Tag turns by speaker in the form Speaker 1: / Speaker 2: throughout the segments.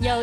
Speaker 1: 有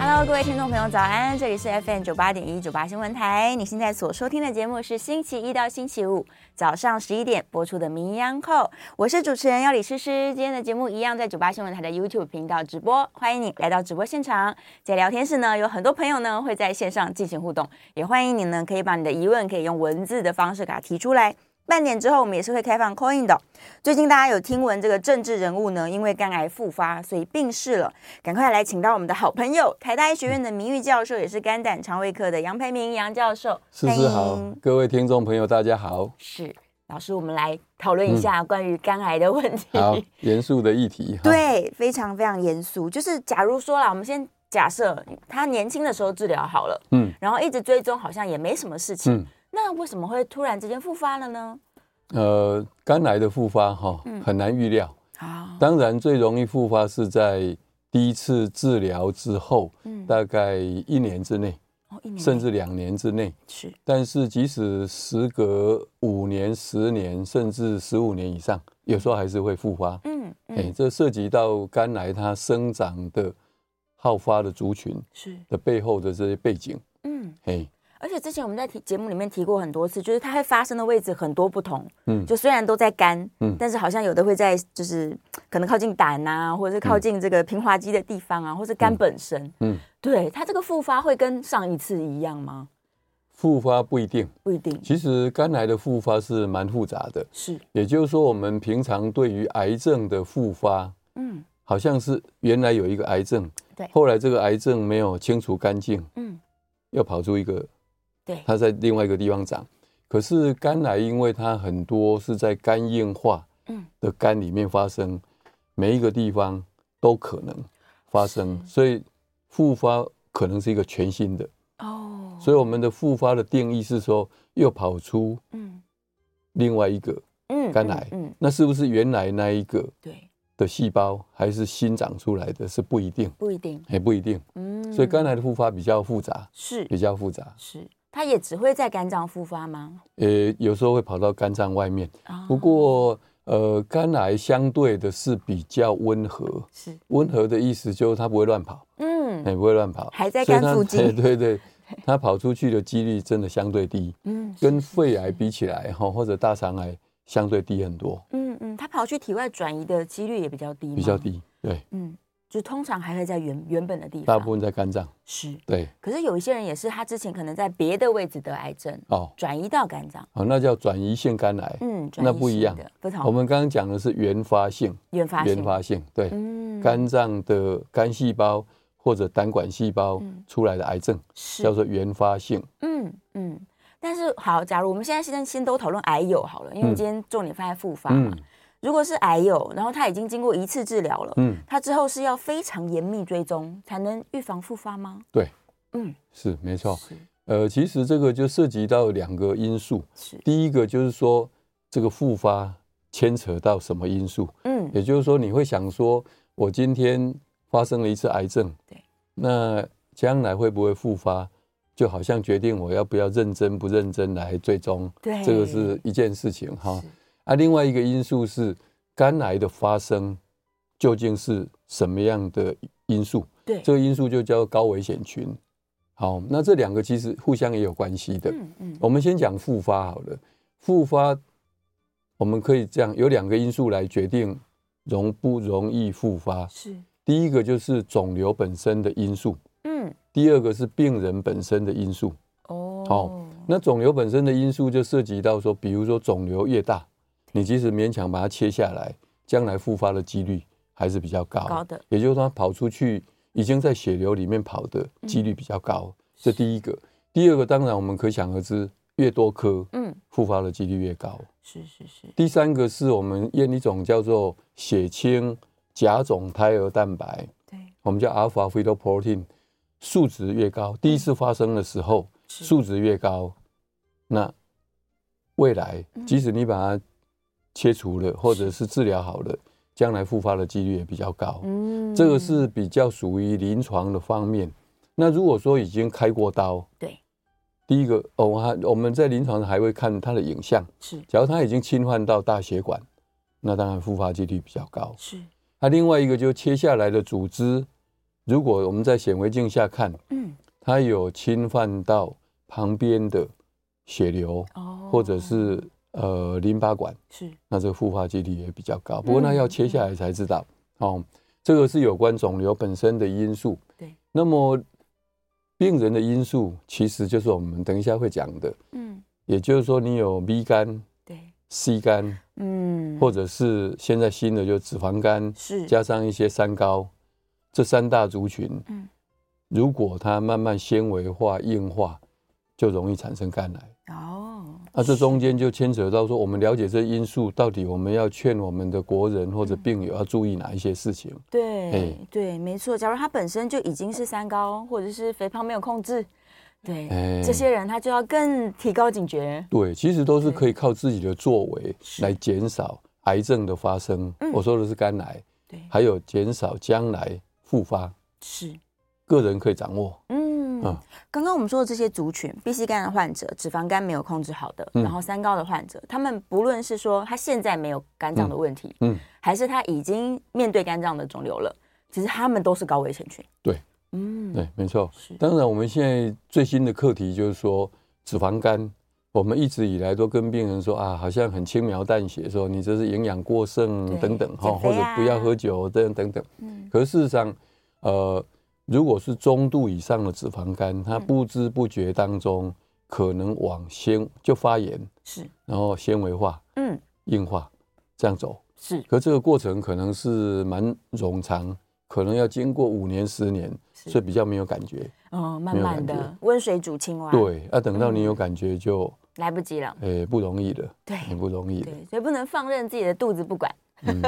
Speaker 2: Hello，各位听众朋友，早安！这里是 FM 九八点一九八新闻台，你现在所收听的节目是星期一到星期五早上十一点播出的《名医央叩》，我是主持人要李诗诗。今天的节目一样在九八新闻台的 YouTube 频道直播，欢迎你来到直播现场。在聊天室呢，有很多朋友呢会在线上进行互动，也欢迎你呢可以把你的疑问可以用文字的方式给它提出来。半点之后，我们也是会开放 coin 的哦。最近大家有听闻这个政治人物呢，因为肝癌复发，所以病逝了。赶快来请到我们的好朋友，台大医学院的名誉教授，也是肝胆肠胃科的杨培明杨教授。
Speaker 3: 思思
Speaker 2: 欢
Speaker 3: 好
Speaker 2: 迎，
Speaker 3: 各位听众朋友，大家好。
Speaker 2: 是老师，我们来讨论一下关于肝癌的问题。
Speaker 3: 嗯好，严肃的议题。好，
Speaker 2: 对，非常非常严肃。就是假如说啦，我们先假设他年轻的时候治疗好了，
Speaker 3: 嗯
Speaker 2: 然后一直追踪，好像也没什么事情，
Speaker 3: 嗯，
Speaker 2: 那为什么会突然之间复发了呢？
Speaker 3: 呃，肝癌的复发哈、
Speaker 2: 嗯
Speaker 3: 很难预料。
Speaker 2: 啊，
Speaker 3: 当然，最容易复发是在第一次治疗之后，
Speaker 2: 嗯，
Speaker 3: 大概一年之内，
Speaker 2: 哦，一年
Speaker 3: 甚至两年之内。
Speaker 2: 是
Speaker 3: 但是，即使时隔五年、十年，甚至十五年以上，有时候还是会复发。
Speaker 2: 嗯嗯、
Speaker 3: 哎、这涉及到肝癌它生长的好发的族群
Speaker 2: 是
Speaker 3: 的背后的这些背景。
Speaker 2: 嗯，
Speaker 3: 哎、
Speaker 2: 而且之前我们在提节目里面提过很多次，就是它会发生的位置很多不同，
Speaker 3: 嗯
Speaker 2: 就虽然都在肝，
Speaker 3: 嗯
Speaker 2: 但是好像有的会在就是可能靠近胆啊，或者是靠近这个平滑肌的地方啊，或是肝本身，
Speaker 3: 嗯，
Speaker 2: 对它这个复发会跟上一次一样吗？
Speaker 3: 复发不一定。
Speaker 2: 不一定，
Speaker 3: 其实肝癌的复发是蛮复杂的，
Speaker 2: 是，
Speaker 3: 也就是说，我们平常对于癌症的复发，
Speaker 2: 嗯
Speaker 3: 好像是原来有一个癌症，
Speaker 2: 对
Speaker 3: 后来这个癌症没有清除干净，
Speaker 2: 嗯，
Speaker 3: 又跑出一个，
Speaker 2: 对，
Speaker 3: 它在另外一个地方长。可是肝癌，因为它很多是在肝硬化
Speaker 2: 嗯
Speaker 3: 的肝里面发生，每一个地方都可能发生，所以复发可能是一个全新的。
Speaker 2: 哦，
Speaker 3: 所以我们的复发的定义是说，又跑出
Speaker 2: 嗯
Speaker 3: 另外一个。
Speaker 2: 嗯
Speaker 3: 肝癌
Speaker 2: 嗯，嗯
Speaker 3: 那是不是原来那一个
Speaker 2: 对，
Speaker 3: 的细胞，还是新长出来的？是不一定，
Speaker 2: 不一定，
Speaker 3: 也不一定。
Speaker 2: 嗯，
Speaker 3: 所以肝癌的复发比较复杂，
Speaker 2: 是
Speaker 3: 比较复杂。
Speaker 2: 是，它也只会在肝脏复发吗？
Speaker 3: 呃，有时候会跑到肝脏外面。
Speaker 2: 啊
Speaker 3: 不过，呃，肝癌相对的是比较温和。
Speaker 2: 是，
Speaker 3: 温和的意思就是它不会乱跑，哎
Speaker 2: 嗯
Speaker 3: 也不会乱跑，
Speaker 2: 还在
Speaker 3: 所以它
Speaker 2: 肝附近
Speaker 3: 对对对，它跑出去的几率真的相对低，
Speaker 2: 嗯，
Speaker 3: 跟肺癌比起来哈，或者大肠癌相对低很多，
Speaker 2: 嗯嗯，它跑去体外转移的几率也比较低，
Speaker 3: 比较，低。对，
Speaker 2: 嗯，就通常还会在原原本的地方，
Speaker 3: 大部分在肝脏。
Speaker 2: 是。
Speaker 3: 对，
Speaker 2: 可是有一些人也是，他之前可能在别的位置得癌症，
Speaker 3: 哦。
Speaker 2: 转移到肝脏，
Speaker 3: 哦，那叫转移性肝癌。
Speaker 2: 嗯，转
Speaker 3: 那
Speaker 2: 移
Speaker 3: 不一
Speaker 2: 性
Speaker 3: 样
Speaker 2: 的，不同，
Speaker 3: 我们刚刚讲的是原发性，
Speaker 2: 原发性，
Speaker 3: 原发性对，
Speaker 2: 嗯
Speaker 3: 肝脏的肝细胞或者胆管细胞
Speaker 2: 嗯
Speaker 3: 出来的癌症，
Speaker 2: 是
Speaker 3: 叫做原发性。
Speaker 2: 嗯嗯，但是好，假如我们现在先先都讨论癌友好了，因为我们
Speaker 3: 嗯
Speaker 2: 今天重点放在复发嘛。
Speaker 3: 嗯
Speaker 2: 如果是癌友，然后他已经经过一次治疗了，
Speaker 3: 嗯，
Speaker 2: 他之后是要非常严密追踪才能预防复发吗？
Speaker 3: 对，
Speaker 2: 嗯，
Speaker 3: 是没错。
Speaker 2: 是
Speaker 3: 呃，其实这个就涉及到两个因素，
Speaker 2: 是，
Speaker 3: 第一个就是说这个复发牵扯到什么因素，
Speaker 2: 嗯，
Speaker 3: 也就是说你会想说，我今天发生了一次癌症，
Speaker 2: 对，
Speaker 3: 那将来会不会复发？就好像决定我要不要认真不认真来追踪，
Speaker 2: 对，
Speaker 3: 这个是一件事情哈
Speaker 2: 是。
Speaker 3: 啊，另外一个因素是肝癌的发生究竟是什么样的因素？
Speaker 2: 对，嗯
Speaker 3: 这个因素就叫高危险群。好，那这两个其实互相也有关系的。
Speaker 2: 嗯嗯
Speaker 3: 我们先讲复发好了，复发我们可以这样，有两个因素来决定容不容易复发。
Speaker 2: 是，
Speaker 3: 第一个就是肿瘤本身的因素，
Speaker 2: 嗯
Speaker 3: 第二个是病人本身的因素。
Speaker 2: 哦，
Speaker 3: 哦，那肿瘤本身的因素就涉及到说，比如说肿瘤越大，你即使勉强把它切下来，将来复发的几率还是比较高。
Speaker 2: 高的，
Speaker 3: 也就是说它跑出去已经在血流里面跑的几
Speaker 2: 嗯
Speaker 3: 率比较高，这第一个。第二个，当然我们可想而知，越多颗，
Speaker 2: 嗯，
Speaker 3: 复发的几率越高。
Speaker 2: 是是是，
Speaker 3: 第三个是我们验一种叫做血清甲种胎儿蛋白，
Speaker 2: 对，
Speaker 3: 我们叫 alpha fetoprotein，数值越高，第一次发生的时候
Speaker 2: 是
Speaker 3: 数值越高，那未来
Speaker 2: 嗯
Speaker 3: 即使你把它切除了，或者是治疗好了，将来复发的几率也比较高。
Speaker 2: 嗯
Speaker 3: 这个是比较属于临床的方面。那如果说已经开过刀，
Speaker 2: 对，
Speaker 3: 第一个哦，我还我们在临床上还会看它的影像，
Speaker 2: 是
Speaker 3: 假如它已经侵犯到大血管，那当然复发几率比较高。
Speaker 2: 是，
Speaker 3: 那、另外一个就是切下来的组织，如果我们在显微镜下看，
Speaker 2: 嗯，
Speaker 3: 它有侵犯到旁边的血流
Speaker 2: 哦
Speaker 3: 或者是呃淋巴管，
Speaker 2: 是
Speaker 3: 那这个复发几率也比较高。
Speaker 2: 嗯
Speaker 3: 不过那要切下来才知道、哦。这个是有关肿瘤本身的因素。
Speaker 2: 对，
Speaker 3: 那么病人的因素其实就是我们等一下会讲的，
Speaker 2: 嗯
Speaker 3: 也就是说你有 B 肝、
Speaker 2: 对，
Speaker 3: C 肝，
Speaker 2: 嗯
Speaker 3: 或者是现在新的就脂肪肝，
Speaker 2: 是
Speaker 3: 加上一些三高，这三大族群，
Speaker 2: 嗯
Speaker 3: 如果它慢慢纤维化、硬化，就容易产生肝癌。
Speaker 2: 哦
Speaker 3: 那啊这中间就牵扯到说，我们了解这因素，到底我们要劝我们的国人或
Speaker 2: 嗯
Speaker 3: 者病友要注意哪一些事情？
Speaker 2: 对
Speaker 3: 哎
Speaker 2: 对，没错。假如他本身就已经是三高，或者是肥胖没有控制，对、
Speaker 3: 哎
Speaker 2: 这些人，他就要更提高警觉。
Speaker 3: 对，其实都是可以靠自己的作为
Speaker 2: 是
Speaker 3: 来减少癌症的发生
Speaker 2: 嗯。
Speaker 3: 我说的是肝癌，
Speaker 2: 对，
Speaker 3: 还有减少将来复发，
Speaker 2: 是，
Speaker 3: 个人可以掌握。
Speaker 2: 嗯，
Speaker 3: 啊
Speaker 2: 刚刚我们说的这些族群，B C 肝的患者、脂肪肝没有控制好的，
Speaker 3: 嗯
Speaker 2: 然后三高的患者，他们不论是说他现在没有肝脏的问题，
Speaker 3: 嗯，
Speaker 2: 还是他已经面对肝脏的肿瘤了，其实他们都是高危险群。
Speaker 3: 对，
Speaker 2: 嗯，
Speaker 3: 对，没错。
Speaker 2: 是，
Speaker 3: 当然，我们现在最新的课题就是说脂肪肝。我们一直以来都跟病人说啊，好像很轻描淡写，说你这是营养过剩
Speaker 2: 对
Speaker 3: 等等哈，
Speaker 2: 减
Speaker 3: 或
Speaker 2: 肥
Speaker 3: 者
Speaker 2: 啊
Speaker 3: 不要喝酒等等等。
Speaker 2: 嗯，
Speaker 3: 可是事实上，呃，如果是中度以上的脂肪肝，它不知不觉当中可能往纤就发炎，
Speaker 2: 是，
Speaker 3: 然后纤维化、
Speaker 2: 嗯，
Speaker 3: 硬化这样走。
Speaker 2: 是，
Speaker 3: 可这个过程可能是蛮冗长，可能要经过五年、十年，
Speaker 2: 是
Speaker 3: 所以比较没有感觉。
Speaker 2: 嗯，慢
Speaker 3: 没有
Speaker 2: 慢
Speaker 3: 感
Speaker 2: 的
Speaker 3: 觉
Speaker 2: 温水煮青蛙，，
Speaker 3: 对，啊，等到你有感觉就
Speaker 2: 来不及了。
Speaker 3: 诶、不容易了，
Speaker 2: 嗯对
Speaker 3: 很不容易了。
Speaker 2: 对，所以不能放任自己的肚子不 管。
Speaker 3: 嗯，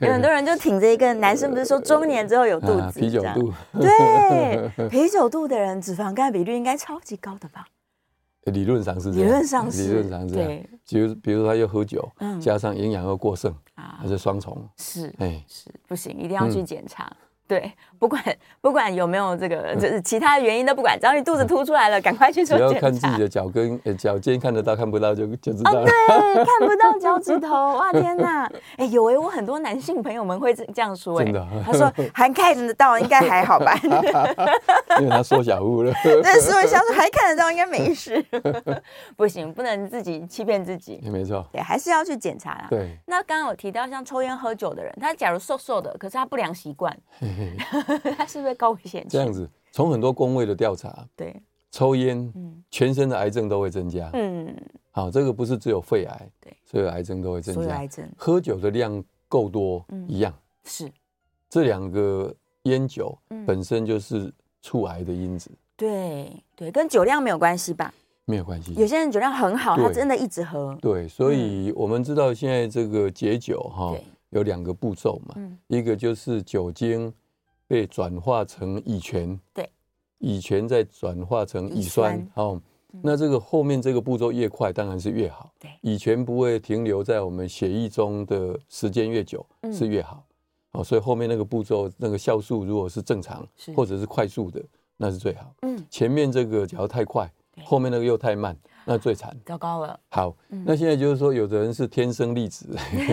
Speaker 2: 有很多人就挺着一个，男生不是说中年之后有肚
Speaker 3: 啊
Speaker 2: 子，
Speaker 3: 啤酒
Speaker 2: 这样
Speaker 3: 肚
Speaker 2: 对，啤酒肚的人脂肪肝比率应该超级高的吧？
Speaker 3: 理论上是这
Speaker 2: 理
Speaker 3: 样，
Speaker 2: 论上是，
Speaker 3: 理论上是啊这样。
Speaker 2: 对
Speaker 3: 比如比如说他又喝酒，
Speaker 2: 嗯
Speaker 3: 加上营养又过剩，
Speaker 2: 啊
Speaker 3: 它，是双重。
Speaker 2: 是
Speaker 3: 哎、
Speaker 2: 是，不行，一定要去
Speaker 3: 嗯
Speaker 2: 检查。对，不管不管有没有这个，就是其他的原因都不管，只要你肚子凸出来了，赶快去做
Speaker 3: 只要
Speaker 2: 检
Speaker 3: 看自
Speaker 2: 查 哦
Speaker 3: 己。的脚跟、呃脚尖看得到看不到就就知道了。
Speaker 2: 对，哎看不到脚趾头，哇天哪！哎，有哎，我很多男性朋友们会这这样说，哎
Speaker 3: 真的啊，
Speaker 2: 他说还看得到，应该还好吧？
Speaker 3: 因为它缩小物了。
Speaker 2: 但是我想说还看得到，应该没事。 不行，不能自己欺骗自己，
Speaker 3: 也没错，
Speaker 2: 对，还是要去检查啦。
Speaker 3: 对，
Speaker 2: 那刚刚有提到像抽烟喝酒的人，他假如瘦瘦的，可是他不良习惯，
Speaker 3: 嘿嘿
Speaker 2: 他是不是高危险群？
Speaker 3: 这样子。从很多工位的调查，
Speaker 2: 对，
Speaker 3: 抽烟
Speaker 2: 嗯
Speaker 3: 全身的癌症都会增加。
Speaker 2: 嗯，
Speaker 3: 好，这个不是只有肺癌，
Speaker 2: 对，
Speaker 3: 所有癌症都会增
Speaker 2: 所有
Speaker 3: 加
Speaker 2: 癌。症
Speaker 3: 喝酒的量够多
Speaker 2: 嗯
Speaker 3: 一样，
Speaker 2: 是
Speaker 3: 这两个烟酒
Speaker 2: 嗯
Speaker 3: 本身就是促癌的因子，
Speaker 2: 对对，跟酒量没有关系吧？
Speaker 3: 没有关系。
Speaker 2: 有些人酒量很好，
Speaker 3: 嗯对
Speaker 2: 他真的一直喝，
Speaker 3: 对，所以我们知道现在这个解酒哈
Speaker 2: 对
Speaker 3: 有两个步骤嘛，
Speaker 2: 嗯
Speaker 3: 一个就是酒精被转化成乙醛，
Speaker 2: 对，
Speaker 3: 乙醛再转化成乙酸
Speaker 2: 乙酸，嗯
Speaker 3: 哦，那这个后面这个步骤越快，当然是越好。
Speaker 2: 对
Speaker 3: 乙醛不会停留在我们血液中的时间越久
Speaker 2: 嗯
Speaker 3: 是越好，哦，所以后面那个步骤那个酵素如果是正常
Speaker 2: 是
Speaker 3: 或者是快速的，那是最好。
Speaker 2: 嗯，
Speaker 3: 前面这个假如太快
Speaker 2: 对，嗯
Speaker 3: 后面那个又太慢，那最惨。
Speaker 2: 糟糕 了，
Speaker 3: 好，那现在就是说，有的人是天生丽质，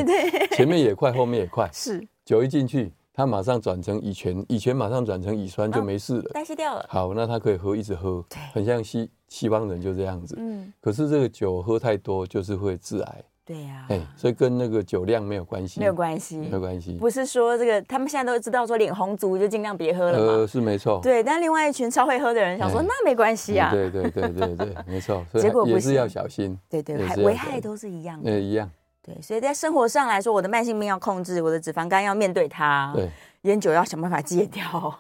Speaker 3: 前面也快，后面也快，
Speaker 2: 是
Speaker 3: 酒一进去，它马上转成乙醛，乙醛马上转成乙酸就没事了。
Speaker 2: 代谢掉了，
Speaker 3: 好，那他可以喝，一直喝
Speaker 2: 哦对，
Speaker 3: 很像西西方人就这样子。
Speaker 2: 嗯，
Speaker 3: 可是这个酒喝太多就是会致癌，
Speaker 2: 对呀、
Speaker 3: 哎，所以跟那个酒量没有关系，
Speaker 2: 没有关系，
Speaker 3: 没有关系，
Speaker 2: 不是说这个他们现在都知道说脸红族就尽量别喝了嘛。
Speaker 3: 呃，是没错，
Speaker 2: 对，但另外一群超会喝的人想说，
Speaker 3: 哎
Speaker 2: 那没关系啊
Speaker 3: 嗯，对对对对对，没错，所
Speaker 2: 结果
Speaker 3: 以也
Speaker 2: 不
Speaker 3: 是
Speaker 2: 行
Speaker 3: 要小心，
Speaker 2: 对对
Speaker 3: 也
Speaker 2: 还
Speaker 3: 是要
Speaker 2: 危
Speaker 3: 小
Speaker 2: 害
Speaker 3: 心
Speaker 2: 都是一样的。
Speaker 3: 呃一样，
Speaker 2: 对，所以在生活上来说，我的慢性病要控制，我的脂肪肝要面对它，
Speaker 3: 对，
Speaker 2: 烟酒要想办法戒 掉，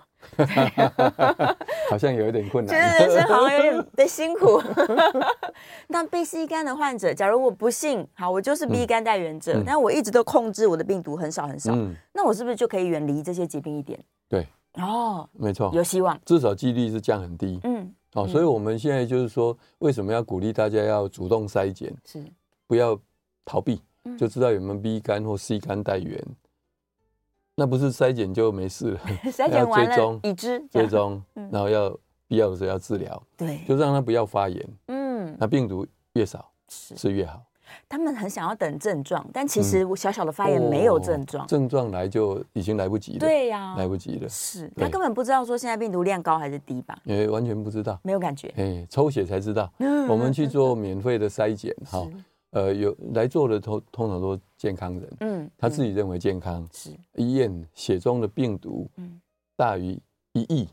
Speaker 3: 好像有一点困
Speaker 2: 觉得
Speaker 3: 难，
Speaker 2: 人生好像有点被辛苦。 那 B C 肝的患者，假如我不幸，好，我就是 B 肝带原者，
Speaker 3: 嗯
Speaker 2: 但我一直都控制我的病毒很少很少，
Speaker 3: 嗯，
Speaker 2: 那我是不是就可以远离这些疾病一点？
Speaker 3: 对，
Speaker 2: 哦，
Speaker 3: 没错，
Speaker 2: 有希望。
Speaker 3: 至少几率是降很低，
Speaker 2: 嗯，
Speaker 3: 哦，所以我们现在就是说，为什么要鼓励大家要主动筛检，
Speaker 2: 是，
Speaker 3: 不要逃避
Speaker 2: 嗯，
Speaker 3: 就知道有没有 B 肝或 C 肝带源，那不是筛检就没 事了，
Speaker 2: 筛检完
Speaker 3: 追
Speaker 2: 了
Speaker 3: 踪
Speaker 2: 已知，这
Speaker 3: 最
Speaker 2: 样
Speaker 3: 终
Speaker 2: 嗯，
Speaker 3: 然后要必要的时候要治疗，
Speaker 2: 对，
Speaker 3: 就让它不要发炎，
Speaker 2: 嗯，
Speaker 3: 那病毒越少
Speaker 2: 是。
Speaker 3: 是越好。
Speaker 2: 他们很想要等症状，但其实我小小的发炎没有症状
Speaker 3: 嗯哦。症状来就已经来不及了，
Speaker 2: 对啊呀，
Speaker 3: 来不及了，
Speaker 2: 是
Speaker 3: 对
Speaker 2: 他根本不知道说现在病毒量高还是低吧，
Speaker 3: 因为完全不知道。
Speaker 2: 没有感觉。
Speaker 3: 哎，抽血才知道。
Speaker 2: 嗯
Speaker 3: 我们去做免费的筛检，哈，呃，有来做的通通常都健康人，
Speaker 2: 嗯，
Speaker 3: 他自
Speaker 2: 己
Speaker 3: 己认为健康，
Speaker 2: 是
Speaker 3: 医验血中的病毒
Speaker 2: 嗯
Speaker 3: 大于一亿，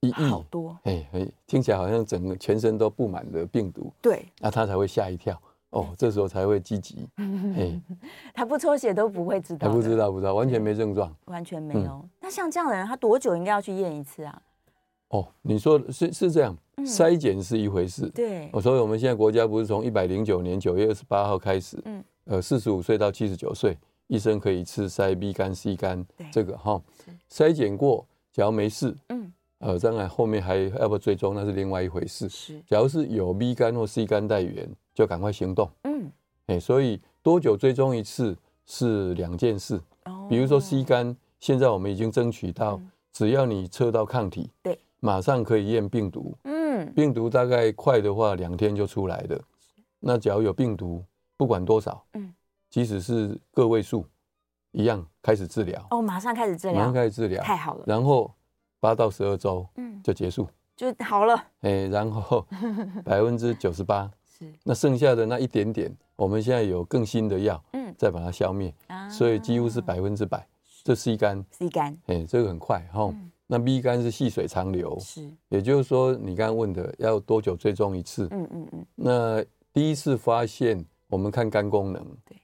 Speaker 3: 一
Speaker 2: 好
Speaker 3: 亿，
Speaker 2: 多，
Speaker 3: 哎哎，听起来好像整个全身都布满了病毒，
Speaker 2: 对，
Speaker 3: 那他才会吓一跳，哦，这时候才会积极，
Speaker 2: 嗯
Speaker 3: 哎，
Speaker 2: 他不抽血都不会知道，
Speaker 3: 还不知，道不知嗯道，完全没症状。
Speaker 2: 完全没有。那像这样的人，他多久应该要去验一次啊？
Speaker 3: 哦，你说的是是这样，
Speaker 2: 嗯
Speaker 3: 筛检是一回事，
Speaker 2: 对，
Speaker 3: 我哦所以我们现在国家不是从一百零九年九月二十八号开始，
Speaker 2: 嗯
Speaker 3: 呃，四十五岁到七十九岁，医生可以吃筛 B 肝、C 肝
Speaker 2: 对
Speaker 3: 这个哈，筛检过，只要没事，
Speaker 2: 嗯，
Speaker 3: 呃，当然后面还要不要追踪那是另外一回事。
Speaker 2: 是，
Speaker 3: 假如是有 B 肝或 C 肝带源，就赶快行动，
Speaker 2: 嗯，
Speaker 3: 哎，所以多久追踪一次是两件事。
Speaker 2: 哦
Speaker 3: 比如说 C 肝，现在我们已经争取到
Speaker 2: 嗯，
Speaker 3: 只要你测到抗体，
Speaker 2: 对，
Speaker 3: 马上可以验病毒，
Speaker 2: 嗯，
Speaker 3: 病毒大概快的话两天就出来了。那只要有病毒，不管多少，
Speaker 2: 嗯
Speaker 3: 即使是个位数，一样开始治疗，
Speaker 2: 哦，马上开始治
Speaker 3: 马
Speaker 2: 疗
Speaker 3: 上，开始治疗，
Speaker 2: 太好了，
Speaker 3: 然后八到十二周
Speaker 2: 嗯，
Speaker 3: 就结束，
Speaker 2: 就好了，
Speaker 3: 哎、然后百分之九十八，
Speaker 2: 是，
Speaker 3: 那剩下的那一点点，我们现在有更新的药，
Speaker 2: 嗯
Speaker 3: 再把它消灭，
Speaker 2: 啊
Speaker 3: 所以几乎是百分之百，这 C 肝，
Speaker 2: C 肝
Speaker 3: 哎、这个很快哈。
Speaker 2: 嗯
Speaker 3: 那 B 肝是细水长流，
Speaker 2: 是，
Speaker 3: 也就是说，你刚刚问的要多久追踪一次？
Speaker 2: 嗯嗯嗯，
Speaker 3: 那第一次发现，我们看肝功能，
Speaker 2: 对，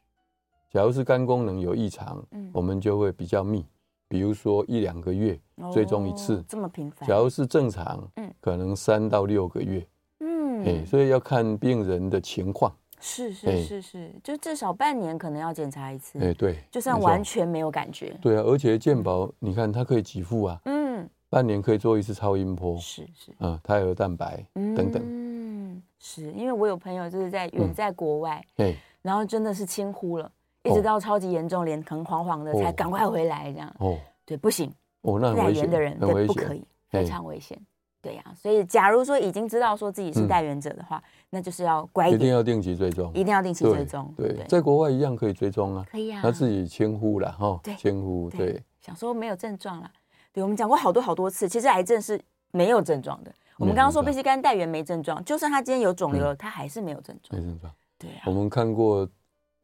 Speaker 3: 假如是肝功能有异常，
Speaker 2: 嗯
Speaker 3: 我们就会比较密，比如说一两个月
Speaker 2: 哦
Speaker 3: 追踪一次。
Speaker 2: 这么频繁
Speaker 3: 假，如是正常，
Speaker 2: 嗯
Speaker 3: 可能三到六个月，哎、
Speaker 2: 嗯，
Speaker 3: 所以要看病人的情况，
Speaker 2: 是
Speaker 3: 哎
Speaker 2: 是是是，就至少半年可能要检查一次，
Speaker 3: 哎、对，
Speaker 2: 就算
Speaker 3: 没错
Speaker 2: 完全没有感觉，
Speaker 3: 对啊，而且健保你看它可以给付啊，
Speaker 2: 嗯，
Speaker 3: 半年可以做一次超音波，
Speaker 2: 是是，
Speaker 3: 啊、胎儿蛋白等等，
Speaker 2: 嗯，是因为我有朋友就是在远
Speaker 3: 嗯
Speaker 2: 在国外，
Speaker 3: 哎、
Speaker 2: 然后真的是轻忽了，一直
Speaker 3: 哦
Speaker 2: 到超级严重，脸疼黄黄的
Speaker 3: 哦
Speaker 2: 才赶快回来这样，
Speaker 3: 哦
Speaker 2: 对，不行，
Speaker 3: 哦，那很
Speaker 2: 带
Speaker 3: 危
Speaker 2: 源
Speaker 3: 险，
Speaker 2: 的人
Speaker 3: 很
Speaker 2: 对
Speaker 3: 危
Speaker 2: 不可
Speaker 3: 险，
Speaker 2: 以，非
Speaker 3: 哎
Speaker 2: 常危险。对呀、所以假如说已经知道说自己是
Speaker 3: 嗯
Speaker 2: 带源者的话，那就是要乖一
Speaker 3: 一定
Speaker 2: 点，
Speaker 3: 要定期追踪，
Speaker 2: 一定要定期
Speaker 3: 对
Speaker 2: 追踪。
Speaker 3: 对，在国外一样可以追踪啊，
Speaker 2: 可以啊。
Speaker 3: 他自己轻呼了哈
Speaker 2: 对，
Speaker 3: 轻呼
Speaker 2: 对
Speaker 3: 对，
Speaker 2: 想说没有症状啦。对，我们讲过好多好多次，其实癌症是没有症状的。我们刚刚说
Speaker 3: 没
Speaker 2: 贝
Speaker 3: 有症状
Speaker 2: 西肝带源没症状，就算他今天有肿瘤了，他还是没有症
Speaker 3: 没
Speaker 2: 状。
Speaker 3: 症状。
Speaker 2: 对啊
Speaker 3: 嗯我，们看过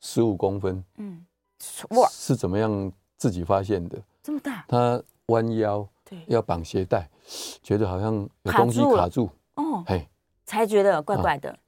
Speaker 3: 十五公分
Speaker 2: 嗯，哇，
Speaker 3: 是怎么样自己发现的？
Speaker 2: 这么大，
Speaker 3: 他弯腰
Speaker 2: 对，
Speaker 3: 要绑鞋带，觉得好像有
Speaker 2: 卡
Speaker 3: 东西
Speaker 2: 住了
Speaker 3: 卡住，
Speaker 2: 哦，
Speaker 3: 嘿，
Speaker 2: 才觉得怪怪
Speaker 3: 啊
Speaker 2: 的。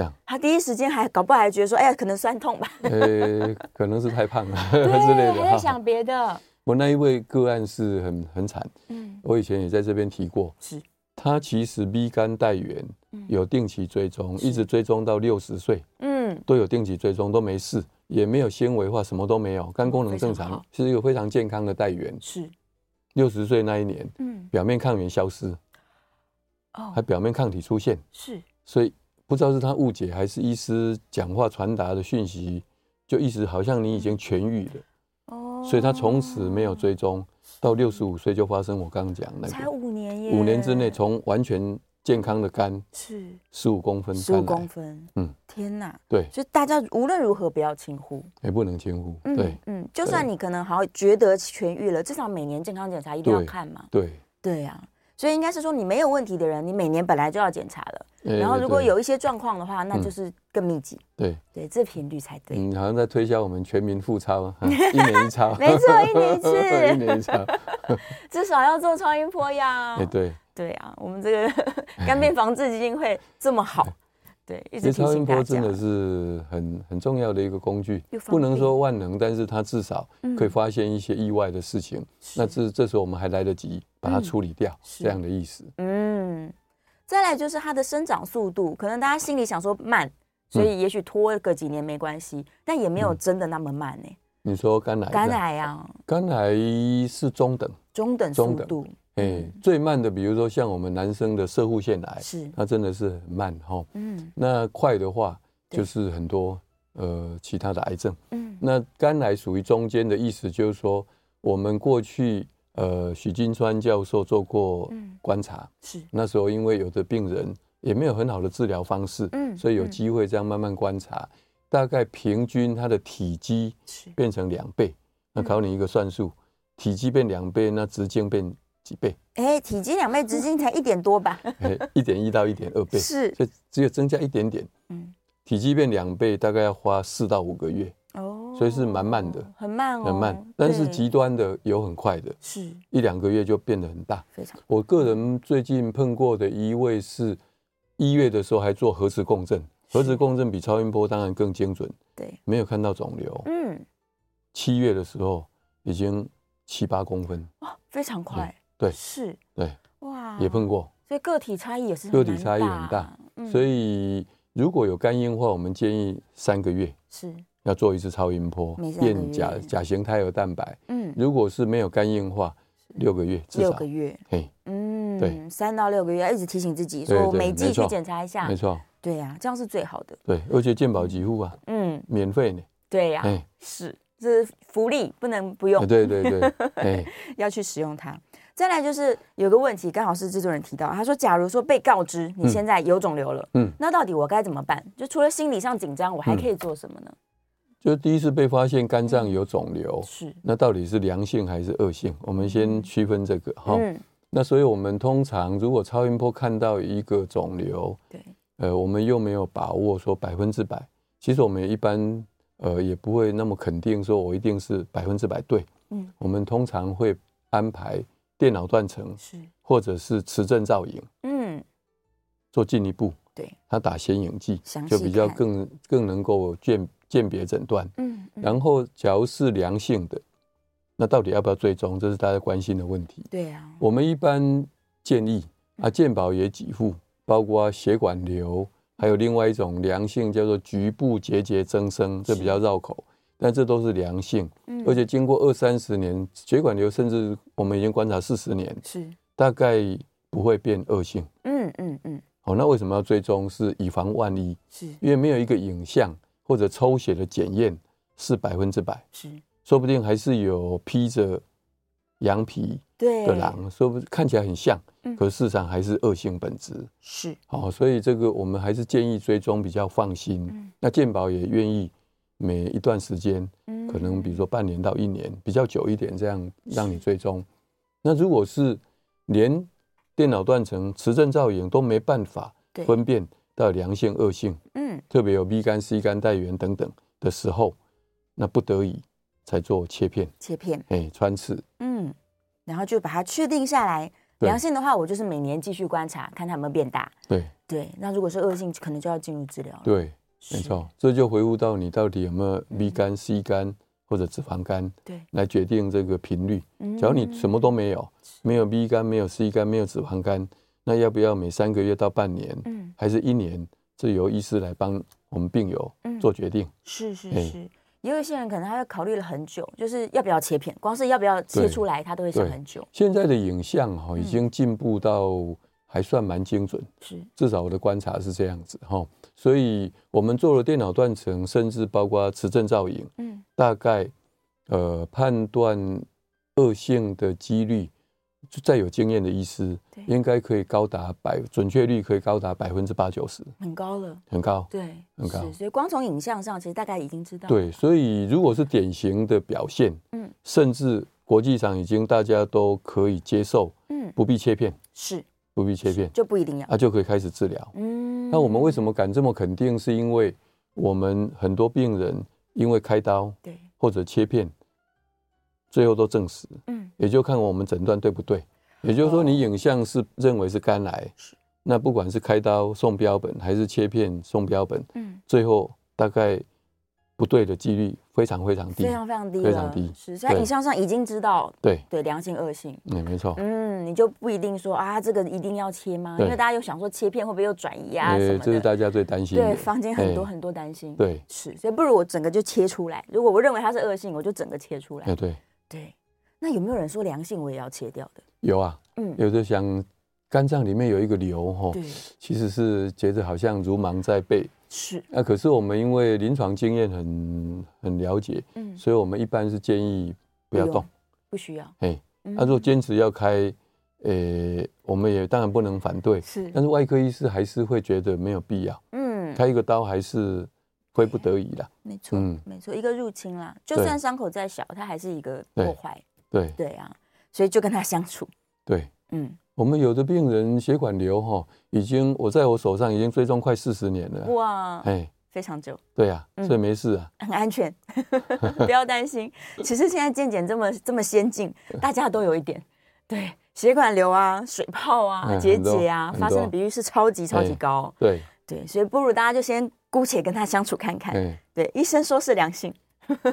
Speaker 3: 样，
Speaker 2: 他第一时间还搞不好还觉得说，哎呀，可能酸痛吧，
Speaker 3: 呃，可能是太胖了 之类
Speaker 2: 对，还在
Speaker 3: 的哈。
Speaker 2: 想别的。
Speaker 3: 我那一位个案是很很惨，
Speaker 2: 嗯，
Speaker 3: 我以前也在这边提过，
Speaker 2: 是，
Speaker 3: 他其实 B 肝带源
Speaker 2: 嗯
Speaker 3: 有定期追踪，一直追踪到六十岁。
Speaker 2: 嗯，
Speaker 3: 都有定期追踪，都没事，也没有纤维化，什么都没有，肝功能正
Speaker 2: 非常
Speaker 3: 常
Speaker 2: 好，
Speaker 3: 是一个非常健康的带源。
Speaker 2: 是，
Speaker 3: 六十岁那一年，
Speaker 2: 嗯，
Speaker 3: 表面抗原消失，还
Speaker 2: 哦，
Speaker 3: 表面抗体出现，
Speaker 2: 是，
Speaker 3: 所以不知道是他误解还是医师讲话传达的讯息，就意思好像你已经痊愈了，
Speaker 2: 哦，
Speaker 3: 所以他从此没有追踪，到六十五岁就发生我刚刚讲那
Speaker 2: 才
Speaker 3: 个，
Speaker 2: 五年耶，
Speaker 3: 五年之内从完全健康的肝
Speaker 2: 是
Speaker 3: 十五公分
Speaker 2: 十
Speaker 3: 肝
Speaker 2: 五
Speaker 3: 癌
Speaker 2: 公，分，
Speaker 3: 嗯，
Speaker 2: 天哪！
Speaker 3: 对，
Speaker 2: 所以大家无论如何不要轻忽。
Speaker 3: 也不能轻忽，
Speaker 2: 嗯
Speaker 3: 对
Speaker 2: 嗯，就算
Speaker 3: 对
Speaker 2: 你可能好像觉得痊愈了，至少每年健康检查一定要
Speaker 3: 对
Speaker 2: 看嘛。
Speaker 3: 对，
Speaker 2: 对呀、所以应该是说你没有问题的人，你每年本来就要检查了。
Speaker 3: 呃
Speaker 2: 然后如果
Speaker 3: 对
Speaker 2: 有一些状况的话，那就是更密集，
Speaker 3: 对，
Speaker 2: 对，这频率才对。
Speaker 3: 嗯，好像在推销我们全民复操 啊，啊一年一操，
Speaker 2: 没错一年一次
Speaker 3: 一年 一操，
Speaker 2: 至少要做超音波呀。
Speaker 3: 哎，对，
Speaker 2: 对啊，我们这 个肝病防治基金会这么好，对，一
Speaker 3: 哎
Speaker 2: 直
Speaker 3: 其实
Speaker 2: 提
Speaker 3: 超
Speaker 2: 醒
Speaker 3: 音
Speaker 2: 大
Speaker 3: 波
Speaker 2: 家
Speaker 3: 真。的是很很重要的一个工具
Speaker 2: 又，方
Speaker 3: 不能
Speaker 2: 便嗯
Speaker 3: 说万能，但是它至少可以发现一些意外的事情。那这这时候我们还来得及把它
Speaker 2: 嗯
Speaker 3: 处理掉，
Speaker 2: 是
Speaker 3: 这样的意思。
Speaker 2: 嗯，再来就是它的生长速度，可能大家心里想说慢，所
Speaker 3: 嗯
Speaker 2: 以也许拖个几年没关系，但也没有真的那么慢欸呢、
Speaker 3: 你说肝癌？
Speaker 2: 肝，癌啊，
Speaker 3: 肝癌是中等，
Speaker 2: 中等速度
Speaker 3: 哎，最慢的，比如说像我们男生的射护腺癌，
Speaker 2: 嗯是，
Speaker 3: 它真的是很慢哈。
Speaker 2: 嗯
Speaker 3: 那快的话，
Speaker 2: 对
Speaker 3: 就是很多呃其他的癌症。
Speaker 2: 嗯
Speaker 3: 那肝癌属于中间的意思，就是说我们过去呃许金川教授做过
Speaker 2: 嗯
Speaker 3: 观察，
Speaker 2: 是，
Speaker 3: 那时候因为有的病人也没有很好的治疗方式，
Speaker 2: 嗯
Speaker 3: 所以有
Speaker 2: 嗯
Speaker 3: 机会这样慢慢观察，大概平均它的体积
Speaker 2: 是
Speaker 3: 变成两倍。那
Speaker 2: 嗯
Speaker 3: 考你一个算术，体积变两倍，那直径变几 倍？
Speaker 2: 哎、体积两倍，直径才一点多吧？
Speaker 3: 哎，一点一到一点 二倍，
Speaker 2: 是，
Speaker 3: 所以只有增加一点点。
Speaker 2: 嗯
Speaker 3: 体积变两倍，大概要花四到五个月，
Speaker 2: 哦
Speaker 3: 所以是蛮慢的，
Speaker 2: 很慢哦，
Speaker 3: 很慢。但是
Speaker 2: 对
Speaker 3: 极端的有很快的，
Speaker 2: 是
Speaker 3: 一两个月就变得很大。
Speaker 2: 非常
Speaker 3: 我个人最近碰过的一位是一月的时候还做核磁共振，核磁共振比超音波当然更精准，
Speaker 2: 对，
Speaker 3: 没有看到肿瘤。
Speaker 2: 嗯，
Speaker 3: 七月的时候已经七八公分，
Speaker 2: 哇，哦非常快，
Speaker 3: 嗯对
Speaker 2: 是，
Speaker 3: 对，
Speaker 2: 哇，
Speaker 3: 也碰过。
Speaker 2: 所以个体差异也是
Speaker 3: 个
Speaker 2: 很
Speaker 3: 体
Speaker 2: 蛮
Speaker 3: 差异很大，
Speaker 2: 嗯
Speaker 3: 所以如果有肝硬化，我们建议三个月
Speaker 2: 是，
Speaker 3: 要做一次超音波
Speaker 2: 每三个
Speaker 3: 验甲
Speaker 2: 月
Speaker 3: 甲型胎儿蛋白。
Speaker 2: 嗯，
Speaker 3: 如果是没有肝硬化，六个月至
Speaker 2: 六
Speaker 3: 少
Speaker 2: 个。月，
Speaker 3: 嘿，
Speaker 2: 嗯，
Speaker 3: 对
Speaker 2: 三到六个月，要一直提醒自己
Speaker 3: 对
Speaker 2: 说
Speaker 3: 对
Speaker 2: 每季
Speaker 3: 没
Speaker 2: 去
Speaker 3: 错
Speaker 2: 检查一下
Speaker 3: 没，错，
Speaker 2: 对呀、这样是最好的。
Speaker 3: 对，而且健保给付啊，
Speaker 2: 嗯，
Speaker 3: 免费呢。
Speaker 2: 对呀、
Speaker 3: 哎，
Speaker 2: 是这是福利，不能不用，
Speaker 3: 呃对对对， 哎，
Speaker 2: 要去使用它。再来就是有个问题，刚好是制作人提到，他说，假如说被告知你
Speaker 3: 嗯
Speaker 2: 现在有肿瘤了，嗯
Speaker 3: 嗯，
Speaker 2: 那到底我该怎么办？就除了心理上紧张，我还可以做什么呢？
Speaker 3: 就第一次被发现肝
Speaker 2: 嗯
Speaker 3: 脏有肿瘤，
Speaker 2: 是，
Speaker 3: 那到底是良性还是恶性？我们先区分这个哈。
Speaker 2: 嗯，
Speaker 3: 那所以我们通常如果超音波看到一个肿瘤，
Speaker 2: 对，
Speaker 3: 呃，我们又没有把握说百分之百，其实我们一般呃也不会那么肯定说我一定是百分之百对，
Speaker 2: 嗯，
Speaker 3: 我们通常会安排电脑断层
Speaker 2: 是，
Speaker 3: 或者是磁振造影
Speaker 2: 嗯，
Speaker 3: 做进一步，
Speaker 2: 对，
Speaker 3: 它打显影剂
Speaker 2: 详细
Speaker 3: 就比较
Speaker 2: 看
Speaker 3: 更更能够鉴鉴别诊断。
Speaker 2: 嗯，嗯
Speaker 3: 然后，假如是良性的，那到底要不要追踪？这是大家关心的问题。
Speaker 2: 对啊呀、
Speaker 3: 我们一般建议
Speaker 2: 嗯
Speaker 3: 啊，健保也给付，包括血管瘤，还有另外一种良性叫做局部结节增生，这比较绕口，但这都是良性，
Speaker 2: 嗯
Speaker 3: 而且经过二三十年，血管瘤甚至我们已经观察四十年，
Speaker 2: 是，
Speaker 3: 大概不会变恶性。
Speaker 2: 嗯嗯嗯，
Speaker 3: 哦，那为什么要追踪？是以防万一，
Speaker 2: 是
Speaker 3: 因为没有一个影像或者抽血的检验是百分之百，
Speaker 2: 是，
Speaker 3: 说不定还是有披着羊皮
Speaker 2: 对，
Speaker 3: 的狼，说不看起来很像
Speaker 2: 嗯，
Speaker 3: 可事实上还是恶性本质。
Speaker 2: 是，
Speaker 3: 好、所以这个我们还是建议追踪比较放心。
Speaker 2: 嗯
Speaker 3: 那健保也愿意每一段时间，
Speaker 2: 嗯
Speaker 3: 可能比如说半年到一年，比较久一点，这样让你追踪。那如果是连电脑断层、磁振造影都没办法
Speaker 2: 对
Speaker 3: 分辨到底良性、恶性，
Speaker 2: 嗯，
Speaker 3: 特别有 B 肝、C 肝带源等等的时候，那不得已才做切片，
Speaker 2: 切片，
Speaker 3: 哎，穿刺。
Speaker 2: 嗯，然后就把它确定下来。
Speaker 3: 对
Speaker 2: 良性的话，我就是每年继续观察，看它有没有变大。
Speaker 3: 对
Speaker 2: 对，那如果是恶性，可能就要进入治疗了。，
Speaker 3: 对，没错，这就回复到你到底有没有 B 肝、C 肝或者脂肪肝，
Speaker 2: 对
Speaker 3: 来决定这个频率。
Speaker 2: 嗯
Speaker 3: 假如你什么都没有，没有 B 肝，没有 C 肝，没有脂肪肝，那要不要每三个月到半年，
Speaker 2: 嗯
Speaker 3: 还是一年？这由医师来帮我们病友
Speaker 2: 嗯
Speaker 3: 做决定。
Speaker 2: 是是
Speaker 3: 哎
Speaker 2: 是，也有一些人可能他会考虑了很久，就是要不要切片，光是要不要切
Speaker 3: 对
Speaker 2: 出来，他都会想很久。
Speaker 3: 现在的影像哈、已
Speaker 2: 嗯
Speaker 3: 经进步到还算蛮精准，
Speaker 2: 是，
Speaker 3: 至少我的观察是这样子哈、所以我们做了电脑断层，甚至包括磁振造影，
Speaker 2: 嗯，
Speaker 3: 大概呃判断恶性的几率，就再有经验的医师
Speaker 2: 对，
Speaker 3: 应该可以高达百准确率可以高达百分之八九十，
Speaker 2: 很高了。
Speaker 3: 很高。
Speaker 2: 对，
Speaker 3: 很高
Speaker 2: 是，所以光从影像上，其实大概已经知道。，
Speaker 3: 对，所以如果是典型的表现，
Speaker 2: 嗯
Speaker 3: 嗯，甚至国际上已经大家都可以接受，
Speaker 2: 嗯，
Speaker 3: 不必切片，
Speaker 2: 是，
Speaker 3: 不必切片，
Speaker 2: 就不一定要。
Speaker 3: 啊就可以开始治疗。
Speaker 2: 嗯，
Speaker 3: 那我们为什么敢这么肯定？是因为我们很多病人因为开刀
Speaker 2: 对，
Speaker 3: 或者切片，最后都证实，
Speaker 2: 嗯，
Speaker 3: 也就看我们诊断对不对。也就是说，
Speaker 2: 哦
Speaker 3: 你影像是认为是肝癌，那不管是开刀送标本还是切片送标本，
Speaker 2: 嗯，
Speaker 3: 最后大概不对的几率非常非常低
Speaker 2: 非。常非常低了，
Speaker 3: 非常低
Speaker 2: 是，所以在
Speaker 3: 对
Speaker 2: 影像上已经知道
Speaker 3: 对，
Speaker 2: 对良性恶性。
Speaker 3: 嗯，没错。
Speaker 2: 嗯，你就不一定说啊，这个一定要切吗？
Speaker 3: 对
Speaker 2: 因为大家又想说切片会不会又转移啊什
Speaker 3: 呃
Speaker 2: 么
Speaker 3: 这
Speaker 2: 的。
Speaker 3: 是大家最担心的。
Speaker 2: 对，坊间很多
Speaker 3: 哎
Speaker 2: 很多担心。，
Speaker 3: 对，
Speaker 2: 是，所以不如我整个就切出来。如果我认为它是恶性，我就整个切出来。
Speaker 3: 哎对，
Speaker 2: 对，那有没有人说良性我也要切掉的？
Speaker 3: 有啊，
Speaker 2: 嗯，
Speaker 3: 有的想肝脏里面有一个瘤哈，
Speaker 2: 对，
Speaker 3: 其实是觉得好像如芒在背。
Speaker 2: 是，
Speaker 3: 那可是我们因为临床经验很很了解，
Speaker 2: 嗯，
Speaker 3: 所以我们一般是建议不要
Speaker 2: 不用
Speaker 3: 动。
Speaker 2: 不需要。
Speaker 3: 哎，
Speaker 2: 嗯
Speaker 3: 那如果坚持要开，呃，我们也当然不能反对，
Speaker 2: 是，
Speaker 3: 但是外科医师还是会觉得没有必要，
Speaker 2: 嗯，
Speaker 3: 开一个刀还是非不得已啦。
Speaker 2: 没错
Speaker 3: 嗯，
Speaker 2: 没错，一个入侵啦，就
Speaker 3: 对
Speaker 2: 算伤口再小，它还是一个
Speaker 3: 对
Speaker 2: 破坏。
Speaker 3: 对
Speaker 2: 对啊，所以就跟他相处。
Speaker 3: 对，
Speaker 2: 嗯，
Speaker 3: 我们有的病人血管瘤哈，已经我在我手上已经追踪快四十年了。
Speaker 2: 哇，
Speaker 3: 哎，
Speaker 2: 非常久。
Speaker 3: 对呀、
Speaker 2: 嗯
Speaker 3: 所以没事啊。
Speaker 2: 很安全， 不要担心。其实现在健检这么这么先进，大家都有一点，对血管瘤啊、水泡啊、
Speaker 3: 嗯
Speaker 2: 结
Speaker 3: 很多
Speaker 2: 节啊，
Speaker 3: 很
Speaker 2: 发生的
Speaker 3: 多
Speaker 2: 比率是超级超级
Speaker 3: 哎
Speaker 2: 高。
Speaker 3: 对，
Speaker 2: 对，所以不如大家就先姑且跟他相处看看。
Speaker 3: 哎，
Speaker 2: 对，医生说是良性，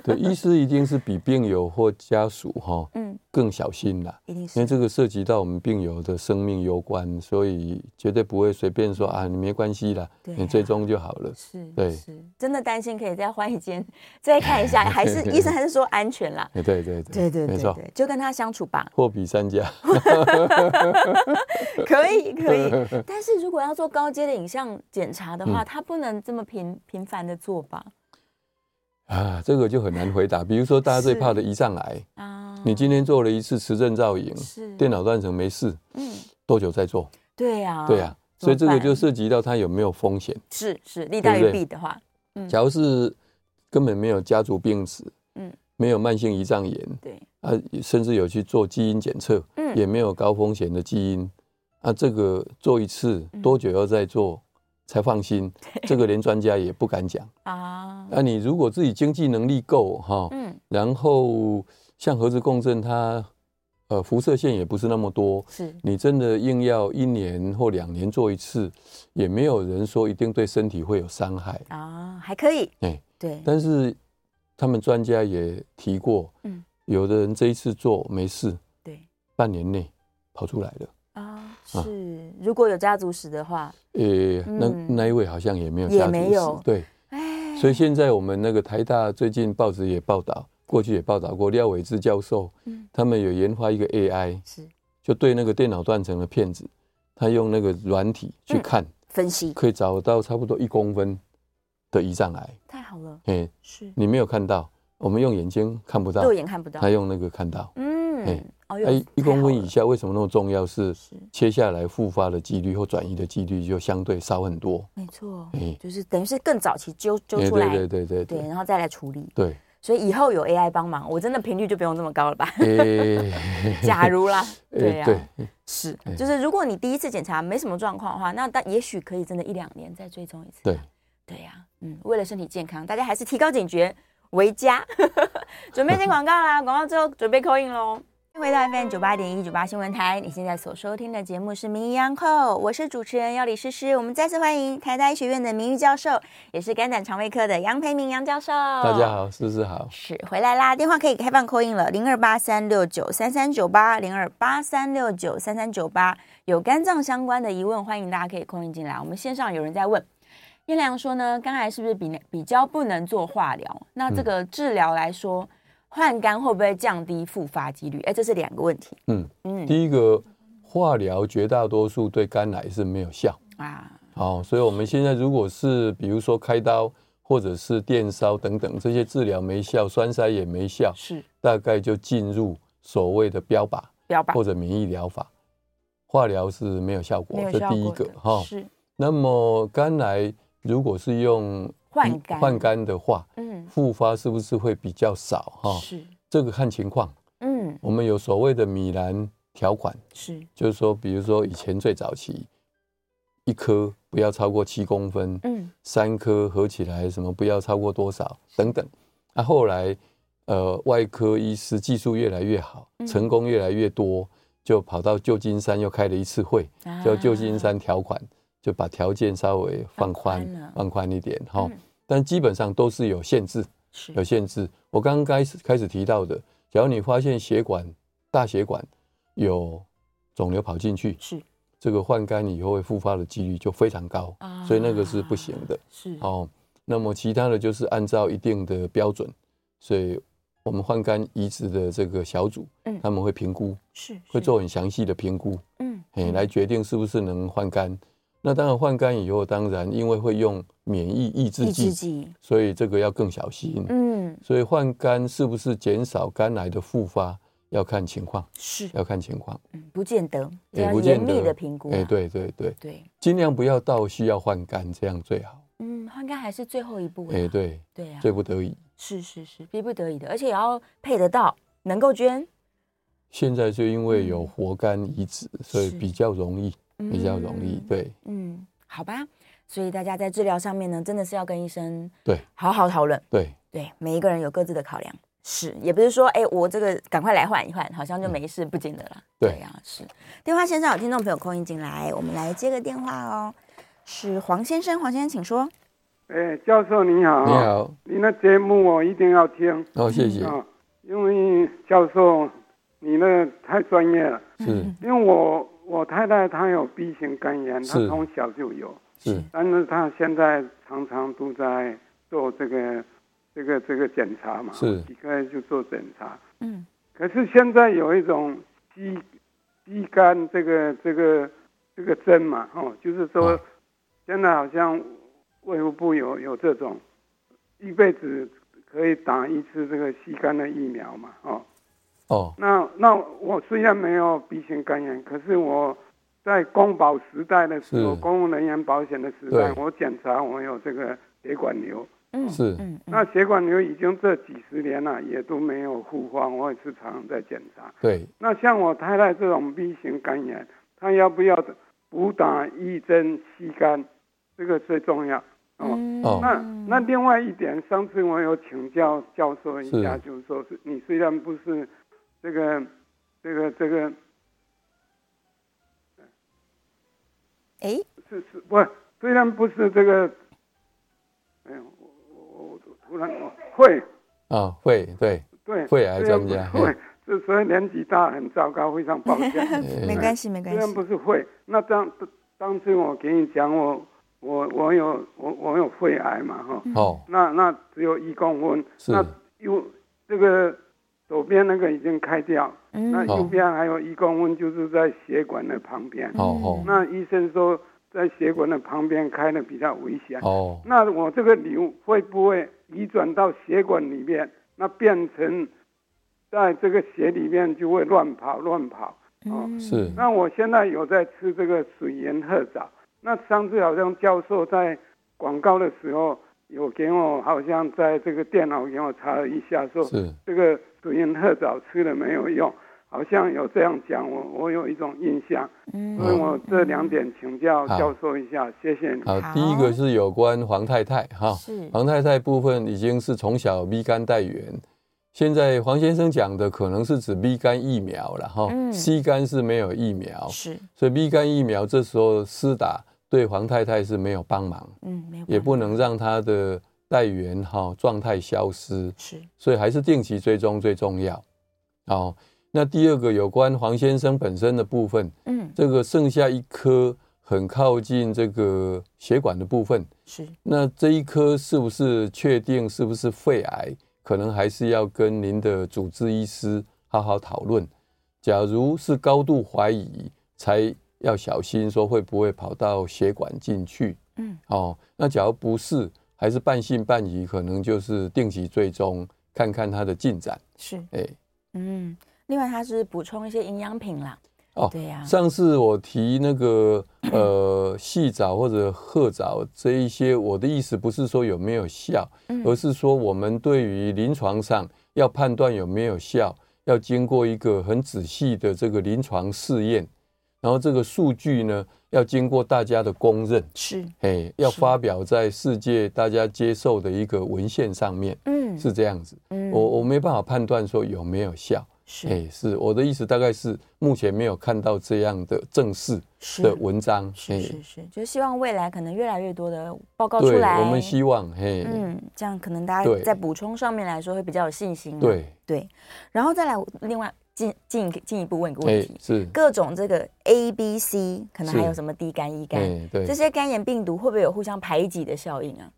Speaker 3: 对，医师一定是比病友或家属哈
Speaker 2: 嗯，
Speaker 3: 更小心啦，
Speaker 2: 一定
Speaker 3: 因为
Speaker 2: 是
Speaker 3: 这个涉及到我们病友的生命攸关，所以绝对不会随便说啊，你没关系啦，
Speaker 2: 对
Speaker 3: 你追踪就好了。
Speaker 2: 是，
Speaker 3: 对
Speaker 2: 是，真的担心可以再换一间再看一下，还 是医生还是说安全啦。
Speaker 3: 哎，对对
Speaker 2: 对对
Speaker 3: 没
Speaker 2: 对
Speaker 3: 错，
Speaker 2: 对，就跟他相处吧，
Speaker 3: 货比三家。
Speaker 2: 可以可 以。但是如果要做高阶的影像检查的
Speaker 3: 嗯
Speaker 2: 话，他不能这么频频繁的做吧？
Speaker 3: 啊，这个就很难回答。比如说，大家最
Speaker 2: 是
Speaker 3: 怕的胰脏癌，
Speaker 2: 啊，
Speaker 3: 你今天做了一次磁振造影，
Speaker 2: 是
Speaker 3: 电脑断层没事，
Speaker 2: 嗯，
Speaker 3: 多久再做？
Speaker 2: 对呀、
Speaker 3: 对啊呀、所以这个就
Speaker 2: 怎么
Speaker 3: 涉及到它有没有风险。
Speaker 2: 办是是利大
Speaker 3: 对
Speaker 2: 于
Speaker 3: 不对
Speaker 2: 弊的话，
Speaker 3: 假如是根本没有家族病史，
Speaker 2: 嗯
Speaker 3: 嗯，没有慢性胰脏炎
Speaker 2: 对，
Speaker 3: 啊，甚至有去做基因检测，
Speaker 2: 嗯
Speaker 3: 也没有高风险的基因，啊，这个做一次
Speaker 2: 嗯
Speaker 3: 多久要再做才放心？这个连专家也不敢讲。
Speaker 2: 啊，
Speaker 3: 那、你如果自己经济能力够哈，
Speaker 2: 嗯，
Speaker 3: 然后像核磁共振它，呃，辐射线也不是那么多，
Speaker 2: 是
Speaker 3: 你真的硬要一年或两年做一次，也没有人说一定对身体会有伤害。
Speaker 2: 啊，还可以，
Speaker 3: 哎，
Speaker 2: 对，
Speaker 3: 但是他们专家也提过，
Speaker 2: 嗯
Speaker 3: 有的人这一次做没事，
Speaker 2: 对，
Speaker 3: 半年内跑出来了。
Speaker 2: 啊，
Speaker 3: 嗯
Speaker 2: 是，如果有家族史的话，
Speaker 3: 呃、那
Speaker 2: 嗯
Speaker 3: 那一位好像也没有
Speaker 2: 也
Speaker 3: 家族
Speaker 2: 没
Speaker 3: 史
Speaker 2: 有
Speaker 3: 对，
Speaker 2: 哎，
Speaker 3: 所以现在我们那个台大最近报纸也报道，过去也报道过廖伟志教授，
Speaker 2: 嗯
Speaker 3: 他们有研发一个 AI，
Speaker 2: 是
Speaker 3: 就对那个电脑断层的片子，他用那个软体去
Speaker 2: 嗯
Speaker 3: 看，
Speaker 2: 分析
Speaker 3: 可以找到差不多一公分的胰脏癌。
Speaker 2: 太好了，
Speaker 3: 哎、
Speaker 2: 是
Speaker 3: 你没有看到，我们用眼睛看不到
Speaker 2: 肉，眼看不到
Speaker 3: 他，用那个看到。
Speaker 2: 嗯
Speaker 3: 哎，
Speaker 2: 哦
Speaker 3: 哎、一公分以，
Speaker 2: 太
Speaker 3: 下为什么那么重要？是
Speaker 2: 好了是
Speaker 3: 切下来复发的几率或转移的几率就相对少很多。
Speaker 2: 没错，
Speaker 3: 哎
Speaker 2: 就是等于是更早期揪揪
Speaker 3: 哎
Speaker 2: 出来，
Speaker 3: 对对对对
Speaker 2: 对，
Speaker 3: 对
Speaker 2: 然后再来处理，
Speaker 3: 对，
Speaker 2: 所以以后有 AI 帮忙，我真的频率就不用这么高了 吧？
Speaker 3: 哎
Speaker 2: 假如啦，
Speaker 3: 哎
Speaker 2: 对啊哦呀。
Speaker 3: 对
Speaker 2: 是
Speaker 3: 哎，
Speaker 2: 就是如果你第一次检查没什么状况的话，那但也许可以真的一两年再追踪一次。啊
Speaker 3: 对，
Speaker 2: 对呀、嗯，为了身体健康，大家还是提高警觉为佳。 准备进广告啦，广告之后准备扣印喽。欢迎回到 FM 九八点一九八新闻台，你现在所收听的节目是《名医央叩》，我是主持人要李诗诗。我们再次欢迎台大医学院的名誉教授，也是肝胆肠胃科的杨培明杨教授。
Speaker 3: 大
Speaker 2: 大
Speaker 3: 家好，思思好，
Speaker 2: 是回来啦，电话可以开放扣印了，零二八三六九三三九八，零二八三六九三三九八，有肝脏相关的疑问，欢迎大家可以扣印进来。我们线上有人在问，燕良说呢，肝癌是不是比比较不能做化疗？那这个治疗来说，换肝会不会降低复发几率？哎，这是两个问题。
Speaker 3: 嗯，
Speaker 2: 嗯
Speaker 3: 第一个化疗绝大多数对肝癌是没有效，
Speaker 2: 啊，
Speaker 3: 哦，所以我们现在如果是比如说开刀或者是电烧等等这些治疗没效，栓塞也没效，
Speaker 2: 是
Speaker 3: 大概就进入所谓的标靶
Speaker 2: 标靶
Speaker 3: 或者免疫疗法，化疗是没有效果
Speaker 2: 没，有
Speaker 3: 哦这
Speaker 2: 效
Speaker 3: 第一
Speaker 2: 果
Speaker 3: 个
Speaker 2: 的
Speaker 3: 哈。
Speaker 2: 是
Speaker 3: 那么肝癌如果是用
Speaker 2: 换肝
Speaker 3: 换肝的话，
Speaker 2: 嗯
Speaker 3: 复发是不是会比较少哈、
Speaker 2: 是
Speaker 3: 这个看情况，
Speaker 2: 嗯
Speaker 3: 我们有所谓的米兰条款，
Speaker 2: 是
Speaker 3: 就是说，比如说以前最早期。一颗不要超过七公分，
Speaker 2: 嗯
Speaker 3: 三颗合起来什么不要超过多少等等。啊，后来呃，外科医师技术越来越好，
Speaker 2: 嗯
Speaker 3: 成功越来越多，就跑到旧金山又开了一次会，
Speaker 2: 啊
Speaker 3: 叫旧金山条款，就把条件稍微
Speaker 2: 放
Speaker 3: 放
Speaker 2: 宽了
Speaker 3: 宽放宽一点哈
Speaker 2: 嗯。
Speaker 3: 但基本上都是有限制，
Speaker 2: 是
Speaker 3: 有限制。我刚刚开始开始提到的，假如你发现血管大血管有肿瘤跑进去，
Speaker 2: 是
Speaker 3: 这个换肝以后会复发的几率就非常高，
Speaker 2: 啊
Speaker 3: 所以那个是不行的。
Speaker 2: 是
Speaker 3: 哦，那么其他的就是按照一定的标准，所以我们换肝移植的这个小组，
Speaker 2: 嗯
Speaker 3: 他们会评估，
Speaker 2: 是
Speaker 3: 会
Speaker 2: 是
Speaker 3: 做很详细的评估，
Speaker 2: 嗯
Speaker 3: 哎，来决定是不是能换肝。那当然换肝以后，当然因为会用免疫抑制
Speaker 2: 抑制
Speaker 3: 剂，
Speaker 2: 剂
Speaker 3: 所以这个要更小心。
Speaker 2: 嗯
Speaker 3: 所以换肝是不是减少肝癌的复发，要看情况，
Speaker 2: 是
Speaker 3: 要看情况，
Speaker 2: 嗯不见得这
Speaker 3: 也
Speaker 2: 要严密的评估啊
Speaker 3: 哎，对对对，
Speaker 2: 对
Speaker 3: 尽量不要到需要换肝，这样最好。
Speaker 2: 嗯换肝还是最后一步啦
Speaker 3: 哎，对，
Speaker 2: 对啊
Speaker 3: 最不得已。
Speaker 2: 是是是逼不得已的，而且也要配得到能够捐
Speaker 3: 现在就因为有活肝移植，所以
Speaker 2: 嗯是
Speaker 3: 比较容易，比较容易。
Speaker 2: 嗯
Speaker 3: 对
Speaker 2: 嗯好吧，所以大家在治疗上面呢，真的是要跟医生
Speaker 3: 对
Speaker 2: 好好讨论。
Speaker 3: 对，
Speaker 2: 对，每一个人有各自的考量，是，也不是说，哎、我这个赶快来换一换，好像就没事，不见得啦。
Speaker 3: 嗯对
Speaker 2: 呀、是。电话线上有听众朋友空音进来，我们来接个电话哦，是黄先生，黄先生请说。
Speaker 4: 哎，教授你好，
Speaker 3: 你，好，
Speaker 4: 你那节目我一定要听
Speaker 3: 哦，谢谢，
Speaker 4: 啊，因为教授你那太专业了，
Speaker 2: 嗯
Speaker 3: 是
Speaker 4: 因为我我太太她有 B 型肝炎，她
Speaker 3: 是
Speaker 4: 从小就有，
Speaker 2: 嗯
Speaker 3: 是
Speaker 4: 但是她现在常常都在做这个这个这个检查嘛，
Speaker 3: 是
Speaker 4: 一个就做检查，
Speaker 2: 嗯，
Speaker 4: 可是现在有一种肌肌肝这个这个这个针嘛，哦，就是说
Speaker 3: 啊
Speaker 4: 现在好像卫福部有有这种一辈子可以打一次这个吸肝的疫苗嘛，哦，
Speaker 3: 哦，
Speaker 4: 那那我虽然没有 B 型肝炎，可是我在公保时代的时候，
Speaker 3: 是
Speaker 4: 公务人员保险的时代，
Speaker 3: 对
Speaker 4: 我检查我有这个血管瘤，
Speaker 2: 嗯
Speaker 3: 是
Speaker 2: 嗯嗯
Speaker 4: 那血管瘤已经这几十年了也都没有复发，我也是常常在检查。
Speaker 3: 对
Speaker 4: 那像我太太这种 B 型肝炎，她要不要补打一针吸肝？这个最重要哦。
Speaker 2: 嗯
Speaker 3: 哦
Speaker 4: 那那另外一点，上次我有请教教授一下，
Speaker 3: 是
Speaker 4: 就是说是你虽然不是这个这个这个
Speaker 2: 哎、
Speaker 4: 是是不，虽然不是这个，哎呦，我我我我突然我会
Speaker 3: 啊，会对，
Speaker 4: 对
Speaker 3: 会癌
Speaker 4: 虽然
Speaker 3: 专家
Speaker 4: 不会，这所以年纪大很糟糕，非常抱 歉。
Speaker 3: 哎
Speaker 2: 没关系没关
Speaker 4: 虽然
Speaker 2: 系
Speaker 4: 不，是会，那当当初我给你讲，我我我有我我有肺癌嘛哈，
Speaker 2: 嗯
Speaker 3: 哦，
Speaker 4: 那那只有一公分，
Speaker 3: 是
Speaker 4: 那右这个左边那个已经开掉，那
Speaker 2: 嗯
Speaker 3: 哦
Speaker 4: 右边还有一公分，就是在血管的旁
Speaker 2: 嗯
Speaker 4: 边。
Speaker 3: 哦
Speaker 4: 那医生说在血管的旁边开的比较危险
Speaker 3: 哦。哦，
Speaker 2: 嗯
Speaker 4: 那我这个瘤会不会移转到血管里面？那变成在这个血里面就会乱跑乱跑。
Speaker 2: 嗯
Speaker 4: 哦，
Speaker 3: 是
Speaker 4: 那我现在有在吃这个水盐褐藻。那上次好像教授在广告的时候有给我，好像在这个电脑给我查了一下，说
Speaker 3: 是
Speaker 4: 这个水盐褐藻吃了没有用，好像有这样讲，我我有一种印象，
Speaker 2: 嗯
Speaker 4: 所以我这两点请教
Speaker 3: 好
Speaker 4: 教授一下，谢谢你。
Speaker 3: 好，
Speaker 2: 好哦
Speaker 3: 第一个是有关黄太太哈，
Speaker 2: 是
Speaker 3: 黄太太部分已经是从小 B 肝带源。现在黄先生讲的可能是指 B 肝疫苗了哈、
Speaker 2: 嗯
Speaker 3: c 肝是没有疫苗，
Speaker 2: 是
Speaker 3: 所以 B 肝疫苗这时候施打对黄太太是没有帮忙，
Speaker 2: 嗯没有
Speaker 3: 也不能让她的带源哈、状态消失，
Speaker 2: 是
Speaker 3: 所以还是定期追踪最重要。哦，那第二个有关黄先生本身的部分，
Speaker 2: 嗯
Speaker 3: 这个剩下一颗很靠近这个血管的部分，
Speaker 2: 是
Speaker 3: 那这一颗是不是确定是不是肺癌，可能还是要跟您的主治医师好好讨论。假如是高度怀疑，才要小心说会不会跑到血管进去。
Speaker 2: 嗯，
Speaker 3: 哦，那假如不是，还是半信半疑，可能就是定期追踪，看看它的进展。
Speaker 2: 是
Speaker 3: 哎，
Speaker 2: 嗯，另外他是补充一些营养品啦，
Speaker 3: 哦，
Speaker 2: 对啊呀
Speaker 3: 上次我提那个呃细藻或者褐藻这一些，我的意思不是说有没有效，
Speaker 2: 嗯
Speaker 3: 而是说我们对于临床上要判断有没有效，要经过一个很仔细的这个临床试验。然后这个数据呢，要经过大家的公认，
Speaker 2: 是，
Speaker 3: 哎，要发表在世界大家接受的一个文献上面，
Speaker 2: 嗯，
Speaker 3: 是这样子。
Speaker 2: 嗯，
Speaker 3: 我哎我没办法判断说有没有效，
Speaker 2: 是
Speaker 3: 是我的意思，大概是目前没有看到这样的正式
Speaker 2: 是
Speaker 3: 的文章，
Speaker 2: 是
Speaker 3: 哎
Speaker 2: 是是，就是希望未来可能越来越多的报告出
Speaker 3: 对，
Speaker 2: 来，
Speaker 3: 我们希望，嘿，
Speaker 2: 嗯，这样可能大家
Speaker 3: 对
Speaker 2: 在补充上面来说会比较有信心嘛，啊
Speaker 3: 对，
Speaker 2: 对，然后再来我另外进进一个进一步问一个问
Speaker 3: 哎
Speaker 2: 题，，
Speaker 3: 是，
Speaker 2: 各种这个 A、B、C，可能还
Speaker 3: 是
Speaker 2: 有什么 D 肝、E 肝，
Speaker 3: 哎，对
Speaker 2: 这，些肝炎病毒会不会有互相排挤的效应啊？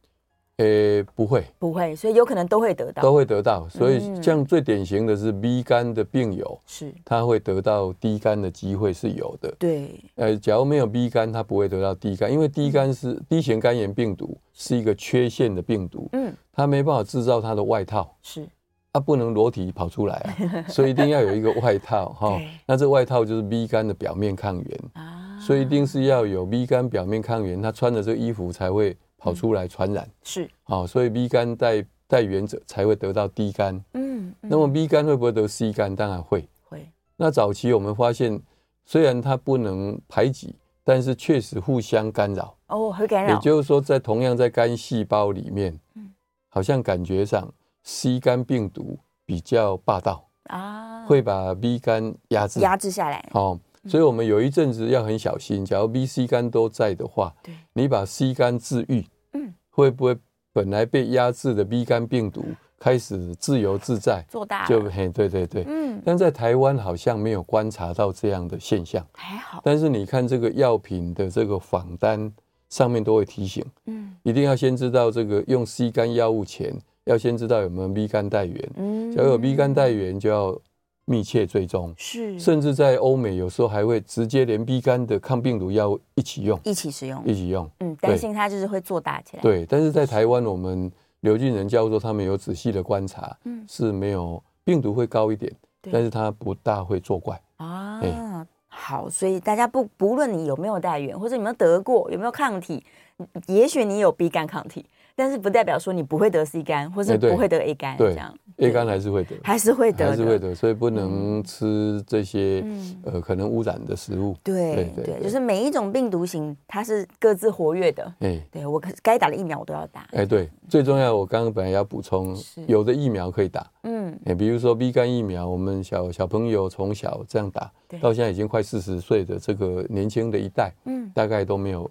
Speaker 3: 哎，不会，
Speaker 2: 不会，所以有可能都会得到，
Speaker 3: 都会得到。所以
Speaker 2: 嗯
Speaker 3: 像最典型的是 B 肝的病友，
Speaker 2: 是，
Speaker 3: 他会得到 D 肝的机会是有的。
Speaker 2: 对，
Speaker 3: 呃，假如没有 B 肝，他不会得到 D 肝，因为 D 肝是 D 型肝炎病毒，是一个缺陷的病毒，
Speaker 2: 嗯，
Speaker 3: 它没办法制造它的外套，
Speaker 2: 是，
Speaker 3: 它不能裸体跑出来 啊，所以一定要有一个外套哈
Speaker 2: 对。
Speaker 3: 那这外套就是 B 肝的表面抗原，
Speaker 2: 啊，
Speaker 3: 所以一定是要有 B 肝表面抗原，他穿着这个衣服才会跑出来传染。
Speaker 2: 是，
Speaker 3: 好、所以 B 肝带带原者才会得到 D 肝。
Speaker 2: 嗯，
Speaker 3: 那么 B 肝会不会得 C 肝？当然会。
Speaker 2: 会，
Speaker 3: 那早期我们发现，虽然它不能排挤，但是确实互相干扰。嗯
Speaker 2: 哦，会感
Speaker 3: 也
Speaker 2: 染，
Speaker 3: 就是说，在同样在肝细胞里面，好像感觉上 C 肝病毒比较霸道，
Speaker 2: 啊，
Speaker 3: 会把 B 肝嗯压制。
Speaker 2: 压制下来，
Speaker 3: 哦，所以我们有一阵子要很小心，假如 B、C 肝都在的话，
Speaker 2: 对，
Speaker 3: 你把 C 肝治愈，
Speaker 2: 嗯，
Speaker 3: 会不会本来被压制的 B 肝病毒开始自由自在？
Speaker 2: 做大
Speaker 3: 就
Speaker 2: 了，
Speaker 3: 嘿，对对对。
Speaker 2: 嗯，
Speaker 3: 但在台湾好像没有观察到这样的现象，
Speaker 2: 还好，
Speaker 3: 但是你看这个药品的这个访单上面都会提醒，
Speaker 2: 嗯
Speaker 3: 一定要先知道这个用 C 肝药物前，要先知道有没有 B 肝带源，
Speaker 2: 嗯，
Speaker 3: 假如有 B 肝带源就要密切追踪。
Speaker 2: 是
Speaker 3: 甚至在欧美有时候还会直接连 B 肝的抗病毒药一起用，
Speaker 2: 一起使用，
Speaker 3: 一起用。
Speaker 2: 嗯，担
Speaker 3: 对
Speaker 2: 心它就是会做大起来，，
Speaker 3: 对，但是在台湾，我们刘俊仁教授他们有仔细的观察，
Speaker 2: 嗯
Speaker 3: 是没有病毒会高一点，
Speaker 2: 对
Speaker 3: 但是它不大会作怪。
Speaker 2: 啊。好，所以大家不不论你有没有带源，或者有没有得过，有没有抗体，嗯也许你有 B 肝抗体，但是不代表说你不会得 C 肝，或是
Speaker 3: 哎对
Speaker 2: 不会得 A 肝，这
Speaker 3: 对
Speaker 2: 样
Speaker 3: ，A 肝还是会得，
Speaker 2: 还是会得的，
Speaker 3: 还是会得，所以不能吃这些
Speaker 2: 嗯
Speaker 3: 呃可能污染的食物。
Speaker 2: 对
Speaker 3: 对
Speaker 2: 对，
Speaker 3: 对
Speaker 2: 就是每一种病毒型它是各自活跃的。
Speaker 3: 哎
Speaker 2: 对我可该打的疫苗我都要打，
Speaker 3: 哎，对，最重要，我刚刚本来要补充
Speaker 2: 是，
Speaker 3: 有的疫苗可以打，
Speaker 2: 嗯，
Speaker 3: 哎，比如说 B 肝疫苗，我们小小朋友从小这样打
Speaker 2: 对，
Speaker 3: 到现在已经快四十岁的这个年轻的一代，
Speaker 2: 嗯
Speaker 3: 大概都没有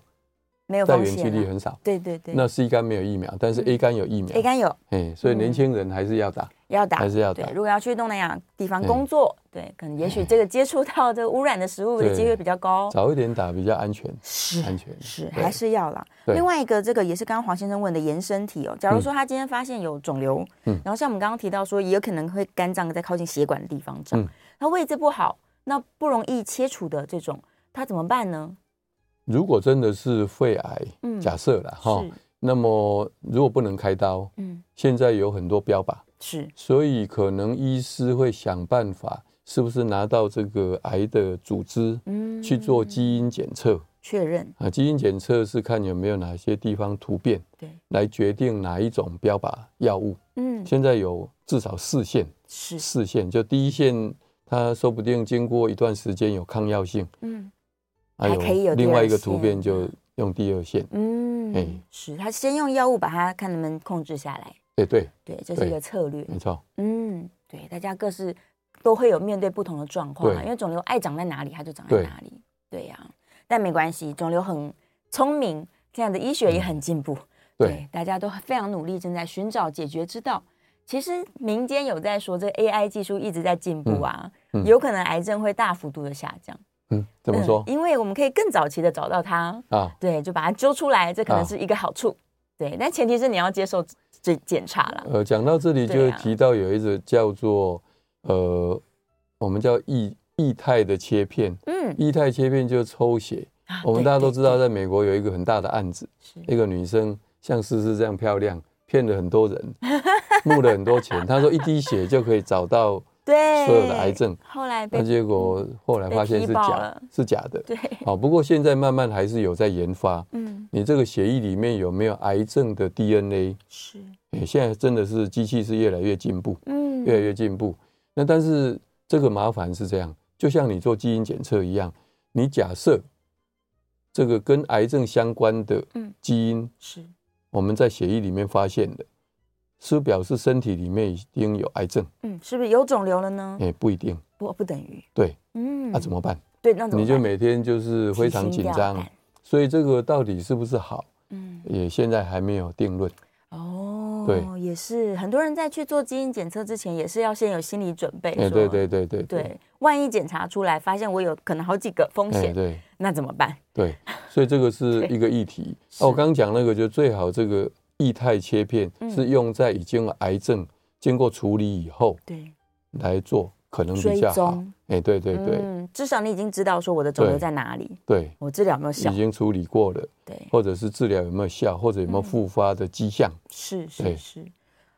Speaker 2: 没有
Speaker 3: 带
Speaker 2: 风
Speaker 3: 原
Speaker 2: 险
Speaker 3: 几率
Speaker 2: 啊。
Speaker 3: 很少。
Speaker 2: 对对对，
Speaker 3: 那 C 肝没有疫苗，但是 A 肝有疫苗
Speaker 2: A，肝有
Speaker 3: 哎，所以年
Speaker 2: 嗯
Speaker 3: 轻人还是要打。
Speaker 2: 要打，
Speaker 3: 还是要打
Speaker 2: 对，如果要去东南亚地方
Speaker 3: 对
Speaker 2: 工作，对，可能也许这个接触到这个污染的食物的
Speaker 3: 对
Speaker 2: 机会比较高。
Speaker 3: 早一点打比较安全，
Speaker 2: 是
Speaker 3: 安全
Speaker 2: 是
Speaker 3: 对
Speaker 2: 还是要啦。
Speaker 3: 对
Speaker 2: 另外一个，这个也是刚刚黄先生问的延伸题哦。假如说他今天发现有肿瘤，
Speaker 3: 嗯
Speaker 2: 然后像我们刚刚提到说，也有可能会肝脏在靠近血管的地方长
Speaker 3: 嗯，
Speaker 2: 那、位置不好，那不容易切除的这种，他怎么办呢？
Speaker 3: 如果真的是肺癌，
Speaker 2: 嗯
Speaker 3: 假设啦哈
Speaker 2: 是，，
Speaker 3: 那么如果不能开刀，
Speaker 2: 嗯，
Speaker 3: 现在有很多标靶，
Speaker 2: 是
Speaker 3: 所以可能医师会想办法，是不是拿到这个癌的组织
Speaker 2: 嗯
Speaker 3: 去做基因检测
Speaker 2: 确认，
Speaker 3: 啊？基因检测是看有没有哪些地方突变，
Speaker 2: 对，
Speaker 3: 来决定哪一种标靶药物。
Speaker 2: 嗯，
Speaker 3: 现在有至少四线，
Speaker 2: 是，
Speaker 3: 四线就第一线，它说不定经过一段时间有抗药性，
Speaker 2: 嗯
Speaker 3: 还
Speaker 2: 还可以有第
Speaker 3: 另外
Speaker 2: 二
Speaker 3: 一个突
Speaker 2: 线
Speaker 3: 变就用第二线。
Speaker 2: 嗯，
Speaker 3: 哎
Speaker 2: 是他先用药物把它看能不能控制下来，
Speaker 3: 对哎对，
Speaker 2: 对，这是一
Speaker 3: 对
Speaker 2: 个策略。
Speaker 3: 没错，
Speaker 2: 嗯，对，大家各是都会有面对不同的状况、啊，
Speaker 3: 对
Speaker 2: 因为肿瘤爱长在哪里，它就长在
Speaker 3: 对
Speaker 2: 哪里。对呀、但没关系，肿瘤很聪明，现在的医学也很进步，
Speaker 3: 嗯对，
Speaker 2: 大家都非常努力，正在寻找解决之道。其实民间有在说，这个 AI 技术一直在进步啊，
Speaker 3: 嗯嗯
Speaker 2: 有可能癌症会大幅度的下降。
Speaker 3: 嗯，怎么说
Speaker 2: 嗯因为我们可以更早期的找到它，
Speaker 3: 啊？
Speaker 2: 对，就把它揪出来，这可能
Speaker 3: 啊
Speaker 2: 是一个好处。对，但前提是你要接受这检查啦。
Speaker 3: 呃，讲到这里就
Speaker 2: 对
Speaker 3: 会
Speaker 2: 啊
Speaker 3: 提到有一种叫做呃，我们叫液液态的切片，
Speaker 2: 嗯，
Speaker 3: 液态切片就是抽血。
Speaker 2: 啊
Speaker 3: 我们
Speaker 2: 对
Speaker 3: 大家
Speaker 2: 对
Speaker 3: 都知道，
Speaker 2: 对
Speaker 3: 在美国有一个很大的案子，
Speaker 2: 是
Speaker 3: 一个女生像思思这样漂亮，骗了很 多人，募了很多钱。她说一滴血就可以找到
Speaker 2: 对
Speaker 3: 所有的癌症，
Speaker 2: 后来被
Speaker 3: 那结果后来
Speaker 2: 被
Speaker 3: 发现
Speaker 2: 踢
Speaker 3: 是
Speaker 2: 爆
Speaker 3: 假
Speaker 2: 了，
Speaker 3: 是假的。
Speaker 2: 对，
Speaker 3: 好，不过现在慢慢还是有在研发。
Speaker 2: 嗯，
Speaker 3: 你这个血液里面有没有癌症的 DNA？
Speaker 2: 是，
Speaker 3: 诶现在真的是机器是越来越进步，
Speaker 2: 嗯，
Speaker 3: 越来越进步。那但是这个麻烦是这样，就像你做基因检测一样，你假设这个跟癌症相关的
Speaker 2: 嗯
Speaker 3: 基因，
Speaker 2: 是
Speaker 3: 我们在血液里面发现的，是不是表示身体里面已经有癌症？
Speaker 2: 嗯，是不是有肿瘤了呢？
Speaker 3: 也不一定。
Speaker 2: 不不等于
Speaker 3: 对，
Speaker 2: 嗯
Speaker 3: 那、啊怎么办？
Speaker 2: 对？那怎么
Speaker 3: 你就
Speaker 2: 办
Speaker 3: 每天就是非常紧
Speaker 2: 提心吊
Speaker 3: 张
Speaker 2: 胆，
Speaker 3: 所以这个到底是不是好，
Speaker 2: 嗯
Speaker 3: 也现在还没有定论。
Speaker 2: 哦，
Speaker 3: 对
Speaker 2: 也是很多人在去做基因检测之前，也是要先有心理准备，
Speaker 3: 哎，
Speaker 2: 说
Speaker 3: 对对对对
Speaker 2: 对，万一检查出来发现我有可能好几个风
Speaker 3: 哎
Speaker 2: 险，
Speaker 3: 对
Speaker 2: 那怎么办？
Speaker 3: 对，所以这个是
Speaker 2: 对
Speaker 3: 一个议题。
Speaker 2: 是
Speaker 3: 那我刚刚讲那个，就最好这个液态切片
Speaker 2: 嗯
Speaker 3: 是用在已经有癌症经过处理以后
Speaker 2: 对，
Speaker 3: 来做，可能
Speaker 2: 追
Speaker 3: 比较好
Speaker 2: 踪。
Speaker 3: 哎，对对对
Speaker 2: 嗯，至少你已经知道说我的肿瘤
Speaker 3: 对
Speaker 2: 在哪里，
Speaker 3: 对，
Speaker 2: 我治疗有没有效
Speaker 3: 已？经哦处理过了，
Speaker 2: 对，
Speaker 3: 或者是治疗有没有效，或者有没有
Speaker 2: 嗯
Speaker 3: 复发的迹象。
Speaker 2: 是是
Speaker 3: 对
Speaker 2: 是。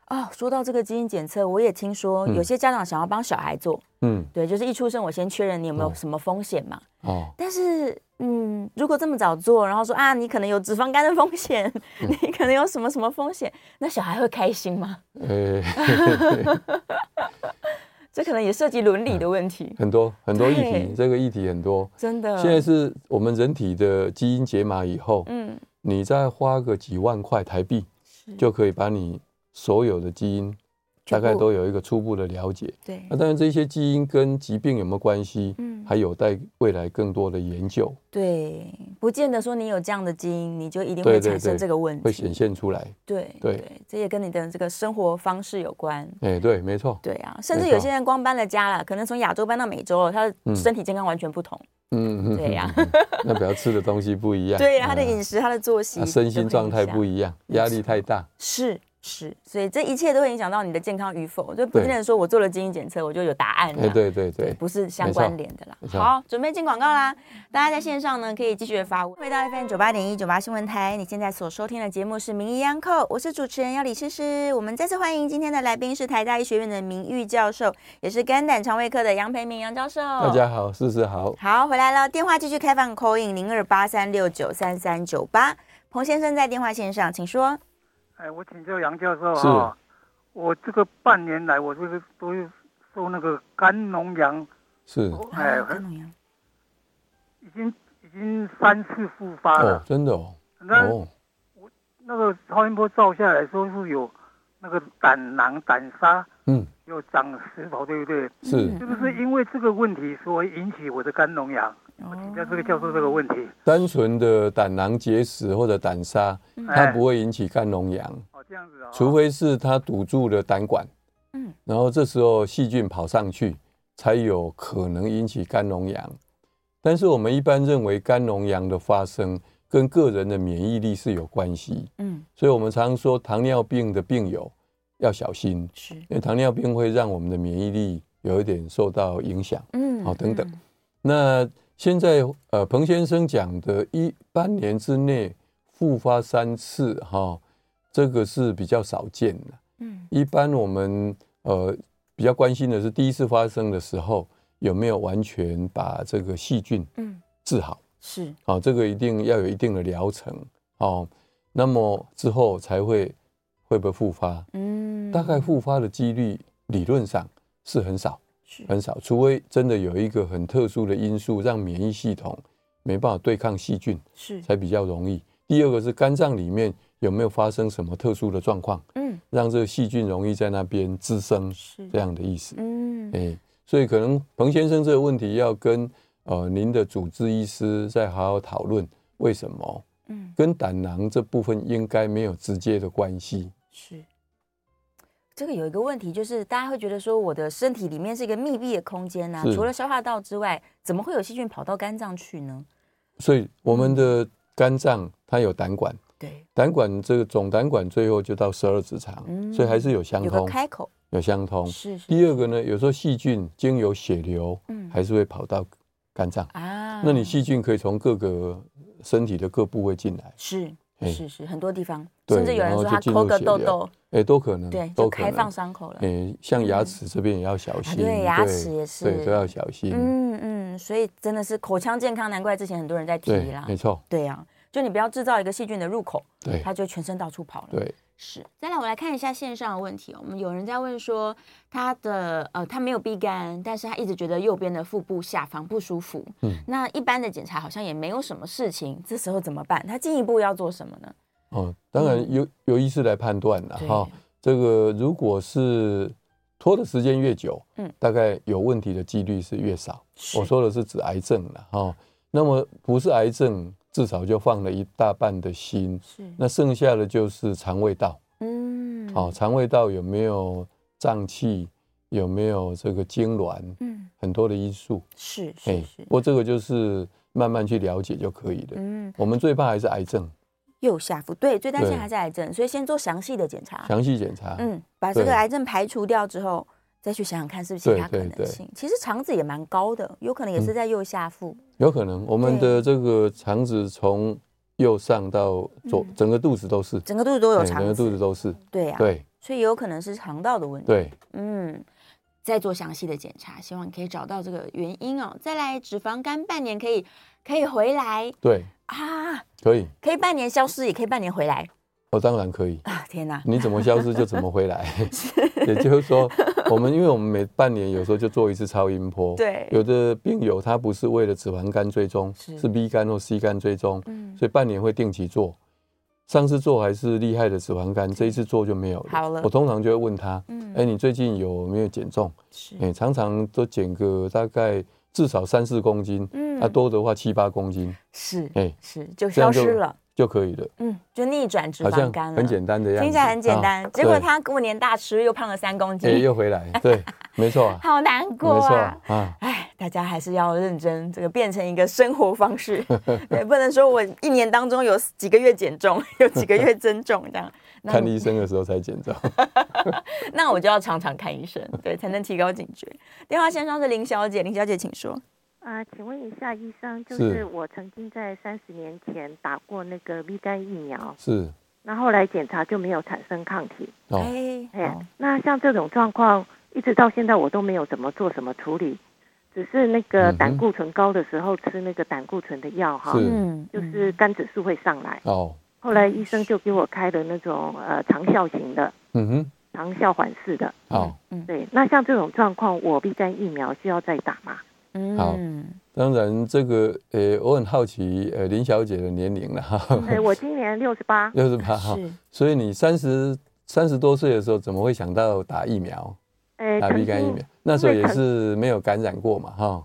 Speaker 2: 啊、说到这个基因检测，我也听说有
Speaker 3: 嗯
Speaker 2: 些家长想要帮小孩做，
Speaker 3: 嗯，
Speaker 2: 对，就是一出生我先确认你有没有
Speaker 3: 哦
Speaker 2: 什么风险嘛。
Speaker 3: 哦，
Speaker 2: 但是，嗯，如果这么早做，然后说啊，你可能有脂肪肝的风险，
Speaker 3: 嗯
Speaker 2: 你可能有什么什么风险，那小孩会开心吗？
Speaker 3: 呃，
Speaker 2: 这可能也涉及伦理
Speaker 3: 嗯
Speaker 2: 的问题，
Speaker 3: 很多很多议
Speaker 2: 对
Speaker 3: 题，这个议题很多。
Speaker 2: 真的。
Speaker 3: 现在是我们人体的基因解码以后，
Speaker 2: 嗯，
Speaker 3: 你再花个几万块台币，就可以把你所有的基因
Speaker 2: 全
Speaker 3: 大
Speaker 2: 部嗯
Speaker 3: 概都有一个初步的了解。
Speaker 2: 对
Speaker 3: 那当然，这些基因跟疾病有没有关系，
Speaker 2: 嗯
Speaker 3: 还有待未来更多的研究
Speaker 2: 对，不见得说你有这样的基因，你就一定会
Speaker 3: 对对
Speaker 2: 产生
Speaker 3: 对
Speaker 2: 这个问题。
Speaker 3: 会显现出来。
Speaker 2: 对
Speaker 3: 对
Speaker 2: 这也跟你的这个生活方式有关。
Speaker 3: 哎，对，没错，
Speaker 2: 对啊，甚至
Speaker 3: 没
Speaker 2: 有
Speaker 3: 错
Speaker 2: 些人光搬了家了，可能从亚洲搬到美洲了，他的
Speaker 3: 嗯
Speaker 2: 身体健康完全不同。
Speaker 3: 嗯，
Speaker 2: 对呀
Speaker 3: 那表示吃的东西不一 样，
Speaker 2: 对啊，他的
Speaker 3: 嗯
Speaker 2: 饮食、他的作息、
Speaker 3: 啊身心状态不
Speaker 2: 样。
Speaker 3: 一样，压力太大，
Speaker 2: 是是，所以这一切都会影响到你的健康与否，就不
Speaker 3: 对
Speaker 2: 见得说我做了基因检测我就有答案、啊。
Speaker 3: 哎，对对对，
Speaker 2: 不是相
Speaker 3: 没错
Speaker 2: 关联的啦
Speaker 3: 没。错
Speaker 2: 好，准备进广告啦！大家在线上呢可以继续的发问。回到 FM 九八点一九八新闻台，你现在所收听的节目是《名医央叩》，我是主持人要李诗诗。我们再次欢迎今天的来宾是台大医学院的名誉教授，也是肝胆肠胃科的杨培明杨教授。
Speaker 3: 大家好，试试好，
Speaker 2: 好，回来了，电话继续开放 call in 零二八三六九三三九八。彭先生在电话线上，请说。
Speaker 5: 哎，我请教杨教授
Speaker 3: 是
Speaker 5: 哈、我这个半年来我就是都是受那个肝脓疡，
Speaker 3: 是
Speaker 5: 哎，
Speaker 2: 啊张永阳
Speaker 5: 已经已经三次复发了。
Speaker 3: 哦，真的哦，
Speaker 5: 那、
Speaker 3: 哦，
Speaker 5: 那个超音波照下来说是有那个胆囊、胆沙
Speaker 3: 嗯，
Speaker 5: 有长石头，对不对？
Speaker 3: 是，
Speaker 5: 是不是因为这个问题所以引起我的肝脓疡？我
Speaker 2: 哦
Speaker 5: 请教这个教授这个问题。
Speaker 3: 单纯的胆囊结石或者胆沙，它
Speaker 5: 哎
Speaker 3: 不会引起肝脓疡，
Speaker 5: 哦，这样子哦。
Speaker 3: 除非是它堵住了胆管，
Speaker 2: 嗯
Speaker 3: 嗯，然后这时候细菌跑上去，才有可能引起肝脓疡。但是我们一般认为肝脓疡的发生跟个人的免疫力是有关系，
Speaker 2: 嗯，
Speaker 3: 所以我们常说糖尿病的病友要小心，
Speaker 2: 是，
Speaker 3: 因为糖尿病会让我们的免疫力有一点受到影响。
Speaker 2: 嗯
Speaker 3: 好等等，那现在呃，彭先生讲的，一半年之内复发三次哈、这个是比较少见的。
Speaker 2: 嗯，
Speaker 3: 一般我们呃比较关心的是第一次发生的时候有没有完全把这个细菌
Speaker 2: 嗯，
Speaker 3: 治好
Speaker 2: 是，
Speaker 3: 啊、这个一定要有一定的疗程哦。那么之后才会会不会复发？
Speaker 2: 嗯，
Speaker 3: 大概复发的几率理论上是很少
Speaker 2: 是，
Speaker 3: 很少，除非真的有一个很特殊的因素让免疫系统没办法对抗细菌，
Speaker 2: 是，
Speaker 3: 才比较容易。第二个是肝脏里面有没有发生什么特殊的状况，
Speaker 2: 嗯，
Speaker 3: 让这个细菌容易在那边滋生，
Speaker 2: 是
Speaker 3: 这，样的意思。
Speaker 2: 嗯，
Speaker 3: 哎、所以可能彭先生这个问题要跟呃您的主治医师再好好讨论，为什么？
Speaker 2: 嗯，
Speaker 3: 跟胆囊这部分应该没有直接的关系。
Speaker 2: 是。这个有一个问题，就是大家会觉得说，我的身体里面是一个密闭的空间呐、
Speaker 3: 是
Speaker 2: 除了消化道之外，怎么会有细菌跑到肝脏去呢？
Speaker 3: 所以我们的肝脏它有胆管，
Speaker 2: 对，
Speaker 3: 胆管这个总胆管最后就到十二指肠，
Speaker 2: 嗯
Speaker 3: 所以还是有相
Speaker 2: 有个
Speaker 3: 通，
Speaker 2: 开口，
Speaker 3: 有相通。
Speaker 2: 是是
Speaker 3: 第二个呢，有时候细菌经由血流，
Speaker 2: 嗯
Speaker 3: 还是会跑到肝脏。
Speaker 2: 啊，
Speaker 3: 那你细菌可以从各个身体的各部位进来，
Speaker 2: 是
Speaker 3: 哎
Speaker 2: 是是很多地方，
Speaker 3: 对
Speaker 2: 甚至有人
Speaker 3: 然后
Speaker 2: 说
Speaker 3: 就
Speaker 2: 他
Speaker 3: 进
Speaker 2: 抠
Speaker 3: 入
Speaker 2: 个
Speaker 3: 血
Speaker 2: 痘
Speaker 3: 流
Speaker 2: 痘，
Speaker 3: 哎，都可能，
Speaker 2: 对，就
Speaker 3: 都可
Speaker 2: 开
Speaker 3: 能。
Speaker 2: 放伤口了。
Speaker 3: 哎，像牙齿这边也要小
Speaker 2: 啊
Speaker 3: 心，
Speaker 2: 对牙齿也是嗯
Speaker 3: 对，都要小心。
Speaker 2: 嗯嗯，所以真的是口腔健康，难怪之前很多人在提
Speaker 3: 对
Speaker 2: 啦，
Speaker 3: 没。错，
Speaker 2: 对啊，就你不要制造一个细菌的入口，
Speaker 3: 对
Speaker 2: 它就全身到处跑了。
Speaker 3: 对，
Speaker 2: 是，再来我来看一下线上的问题哦。我们有人在问说，他的呃，他没有逼肝，但是他一直觉得右边的腹部下方不舒服。
Speaker 3: 嗯
Speaker 2: 那一般的检查好像也没有什么事情，这时候怎么办？他进一步要做什么呢？
Speaker 3: 哦，当然由由医师来判断了
Speaker 2: 嗯对
Speaker 3: 哈。这个如果是拖的时间越久，
Speaker 2: 嗯
Speaker 3: 大概有问题的几率是越少。
Speaker 2: 是
Speaker 3: 我说的是指癌症了哈、那么不是癌症，至少就放了一大半的心，
Speaker 2: 是，
Speaker 3: 那剩下的就是肠胃道。
Speaker 2: 嗯，
Speaker 3: 好、，肠胃道有没有胀气，有没有这个痉挛，
Speaker 2: 嗯，
Speaker 3: 很多的因素。
Speaker 2: 是是
Speaker 3: 哎，
Speaker 2: 是
Speaker 3: 不，过这个就是慢慢去了解就可以了。
Speaker 2: 嗯，
Speaker 3: 我们最怕还是癌症，
Speaker 2: 右下腹对，最担心
Speaker 3: 对
Speaker 2: 还是癌症，所以先做详细的检查。
Speaker 3: 详细检查。
Speaker 2: 啊嗯，把这
Speaker 3: 对
Speaker 2: 个癌症排除掉之后，再去想想看是不是其
Speaker 3: 对
Speaker 2: 他可
Speaker 3: 对
Speaker 2: 能
Speaker 3: 对嗯
Speaker 2: 性。其实肠子也蛮高的，有可能也是在右下腹。
Speaker 3: 有可能我们
Speaker 2: 对
Speaker 3: 的这个肠子从右上到左，整个肚子都是，
Speaker 2: 整个肚子都有
Speaker 3: 哎
Speaker 2: 嗯
Speaker 3: 整
Speaker 2: 肠
Speaker 3: 个肚
Speaker 2: 子
Speaker 3: 子，都是。
Speaker 2: 对呀、
Speaker 3: 对
Speaker 2: 所以有可能是肠道的问题。
Speaker 3: 对，
Speaker 2: 嗯，再做详细的检查，希望可以找到这个原因哦。再来，脂肪肝半年可以可以回来
Speaker 3: 对，
Speaker 2: 啊，
Speaker 3: 可以。
Speaker 2: 可以半年消失，也可以半年回来
Speaker 3: 哦，当然可以。
Speaker 2: 啊！天 哪，
Speaker 3: 你怎么消失就怎么回 来，也就是说，我们因为我们每半年有时候就做一次超音波，
Speaker 2: 对
Speaker 3: 有的病友他不是为了脂肪肝追踪，
Speaker 2: 是
Speaker 3: 是 B 肝或 C 肝追踪，
Speaker 2: 嗯，
Speaker 3: 所以半年会定期做。上次做还是厉害的脂肪肝，这一次做就没有了。
Speaker 2: 好了
Speaker 3: 我通常就会问他，
Speaker 2: 嗯
Speaker 3: 哎，你最近有没有减重？
Speaker 2: 是
Speaker 3: 哎，常常都减个大概至少三四公斤，
Speaker 2: 嗯
Speaker 3: 啊多的话七八公斤
Speaker 2: 是
Speaker 3: 哎
Speaker 2: 是，就
Speaker 3: 这
Speaker 2: 消
Speaker 3: 样就
Speaker 2: 失了，
Speaker 3: 就可以了，
Speaker 2: 嗯，就逆转脂
Speaker 3: 好
Speaker 2: 肪
Speaker 3: 像
Speaker 2: 肝了，
Speaker 3: 很简单的样子，
Speaker 2: 听起来很简
Speaker 3: 啊
Speaker 2: 单，结果
Speaker 3: 对
Speaker 2: 他过年大吃又胖了三公
Speaker 3: 哎、
Speaker 2: 斤，
Speaker 3: 又回来，对，没错啊，
Speaker 2: 好难过
Speaker 3: 没错
Speaker 2: 啊
Speaker 3: 啊！啊，
Speaker 2: 哎，大家还是要认真，这个变成一个生活方 式，对，不能说我一年当中有几个月减重， 有几个月增重这样。那
Speaker 3: 看医生的时候才减重。
Speaker 2: 那我就要常常看医生，对，才能提高警觉。电话线上是林小姐，林小姐请说。
Speaker 6: 啊、请问一下医生，就是是我曾经在三十年前打过那个 B 肝疫苗，
Speaker 3: 是
Speaker 6: 那后来检查就没有产生抗体。
Speaker 3: 哦，
Speaker 2: 哎，
Speaker 6: 哎
Speaker 2: 好，
Speaker 6: 那像这种状况，一直到现在我都没有怎么做什么处理，只是那个
Speaker 3: 嗯哼
Speaker 6: 胆固醇高的时候吃那个胆固醇的药哈，
Speaker 3: 是
Speaker 2: 嗯，
Speaker 6: 就是肝指数会上来。
Speaker 3: 哦，
Speaker 6: 后来医生就给我开了那种呃长效型的、
Speaker 3: 嗯哼，哦
Speaker 6: 长效缓释的。
Speaker 3: 好，
Speaker 6: 对，那像这种状况，我 B 肝疫苗需要再打 吗？
Speaker 2: 嗯
Speaker 3: 好当然这个，呃、我很好奇，呃，林小姐的年龄了，哈，
Speaker 6: 哎，我今年六十八，
Speaker 3: 六十八哈，
Speaker 2: 是
Speaker 3: 所以你三十三十多岁的时候，怎么会想到打疫苗，
Speaker 6: 哎，
Speaker 3: 打
Speaker 6: 曾
Speaker 3: B 肝疫
Speaker 6: 经
Speaker 3: 苗？那时候
Speaker 6: 因为
Speaker 3: 也
Speaker 6: 曾
Speaker 3: 是没有感染过嘛，哈，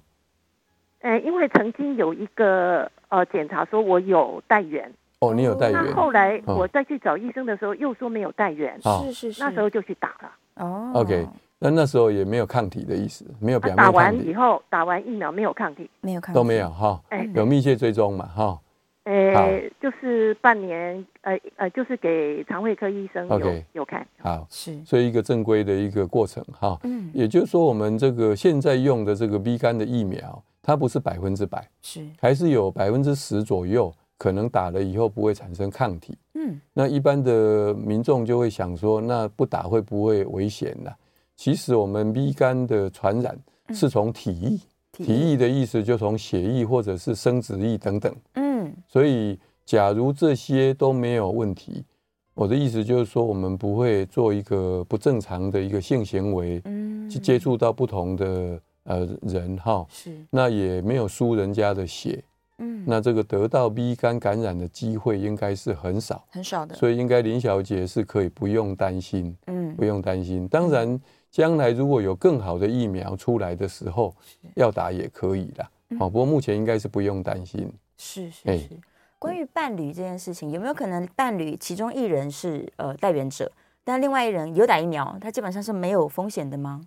Speaker 6: 呃，因为曾经有一个呃检查说我有带源，
Speaker 3: 哦，你有带
Speaker 6: 那
Speaker 3: 源，
Speaker 6: 后来
Speaker 3: 哦
Speaker 6: 我再去找医生的时候又说没有带源，
Speaker 3: 好
Speaker 2: 是是是，
Speaker 6: 那时候就去打了。
Speaker 2: 哦
Speaker 3: OK，那那时候也没有抗体的意思，没有
Speaker 6: 啊
Speaker 3: 表面
Speaker 6: 打
Speaker 3: 抗
Speaker 6: 完以
Speaker 3: 体
Speaker 6: 后，打完疫苗没有抗体，
Speaker 2: 没有看
Speaker 3: 都没有哈，
Speaker 6: 哎
Speaker 3: 有密切追踪嘛，哈好
Speaker 6: 呃，就是半年，呃呃，就是给肠胃科医生有
Speaker 3: OK
Speaker 6: 有看。
Speaker 3: 好。
Speaker 2: 是
Speaker 3: 所以一个正规的一个过程哈。
Speaker 2: 嗯
Speaker 3: 也就是说，我们这个现在用的这个 B 肝的疫苗，它不是百分之百，
Speaker 2: 是
Speaker 3: 还是有百分之十左右可能打了以后不会产生抗体。
Speaker 2: 嗯
Speaker 3: 那一般的民众就会想说，那不打会不会危险呢、其实我们 B 肝的传染是从体液，
Speaker 2: 嗯体液
Speaker 3: 体液的意思就从血液或者是生殖液等等。
Speaker 2: 嗯
Speaker 3: 所以，假如这些都没有问题，我的意思就是说，我们不会做一个不正常的一个性行为，
Speaker 2: 嗯
Speaker 3: 去接触到不同的呃人哈，
Speaker 2: 是
Speaker 3: 那也没有输人家的血，
Speaker 2: 嗯
Speaker 3: 那这个得到 B 肝感染的机会应该是很少，
Speaker 2: 很少的，
Speaker 3: 所以应该林小姐是可以不用担心，
Speaker 2: 嗯
Speaker 3: 不用担心。当然，将来如果有更好的疫苗出来的时候，要打也可以啦。
Speaker 2: 嗯
Speaker 3: 哦，不过目前应该是不用担心。
Speaker 2: 是是
Speaker 3: 哎
Speaker 2: 是。关于伴侣这件事情，有没有可能伴侣其中一人是呃带源者，但另外一人有打疫苗，他基本上是没有风险的吗？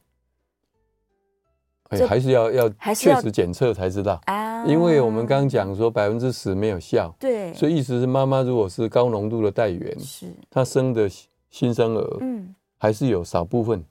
Speaker 3: 哎，
Speaker 2: 这
Speaker 3: 还是要要
Speaker 2: 还是
Speaker 3: 确
Speaker 2: 要
Speaker 3: 实检测才知道，
Speaker 2: 啊，
Speaker 3: 因为我们刚刚讲说百分之十没有效，
Speaker 2: 对，
Speaker 3: 所以意思是妈妈如果是高浓度的带源，
Speaker 2: 是
Speaker 3: 她生的新新生儿
Speaker 2: 嗯，
Speaker 3: 还是有少部分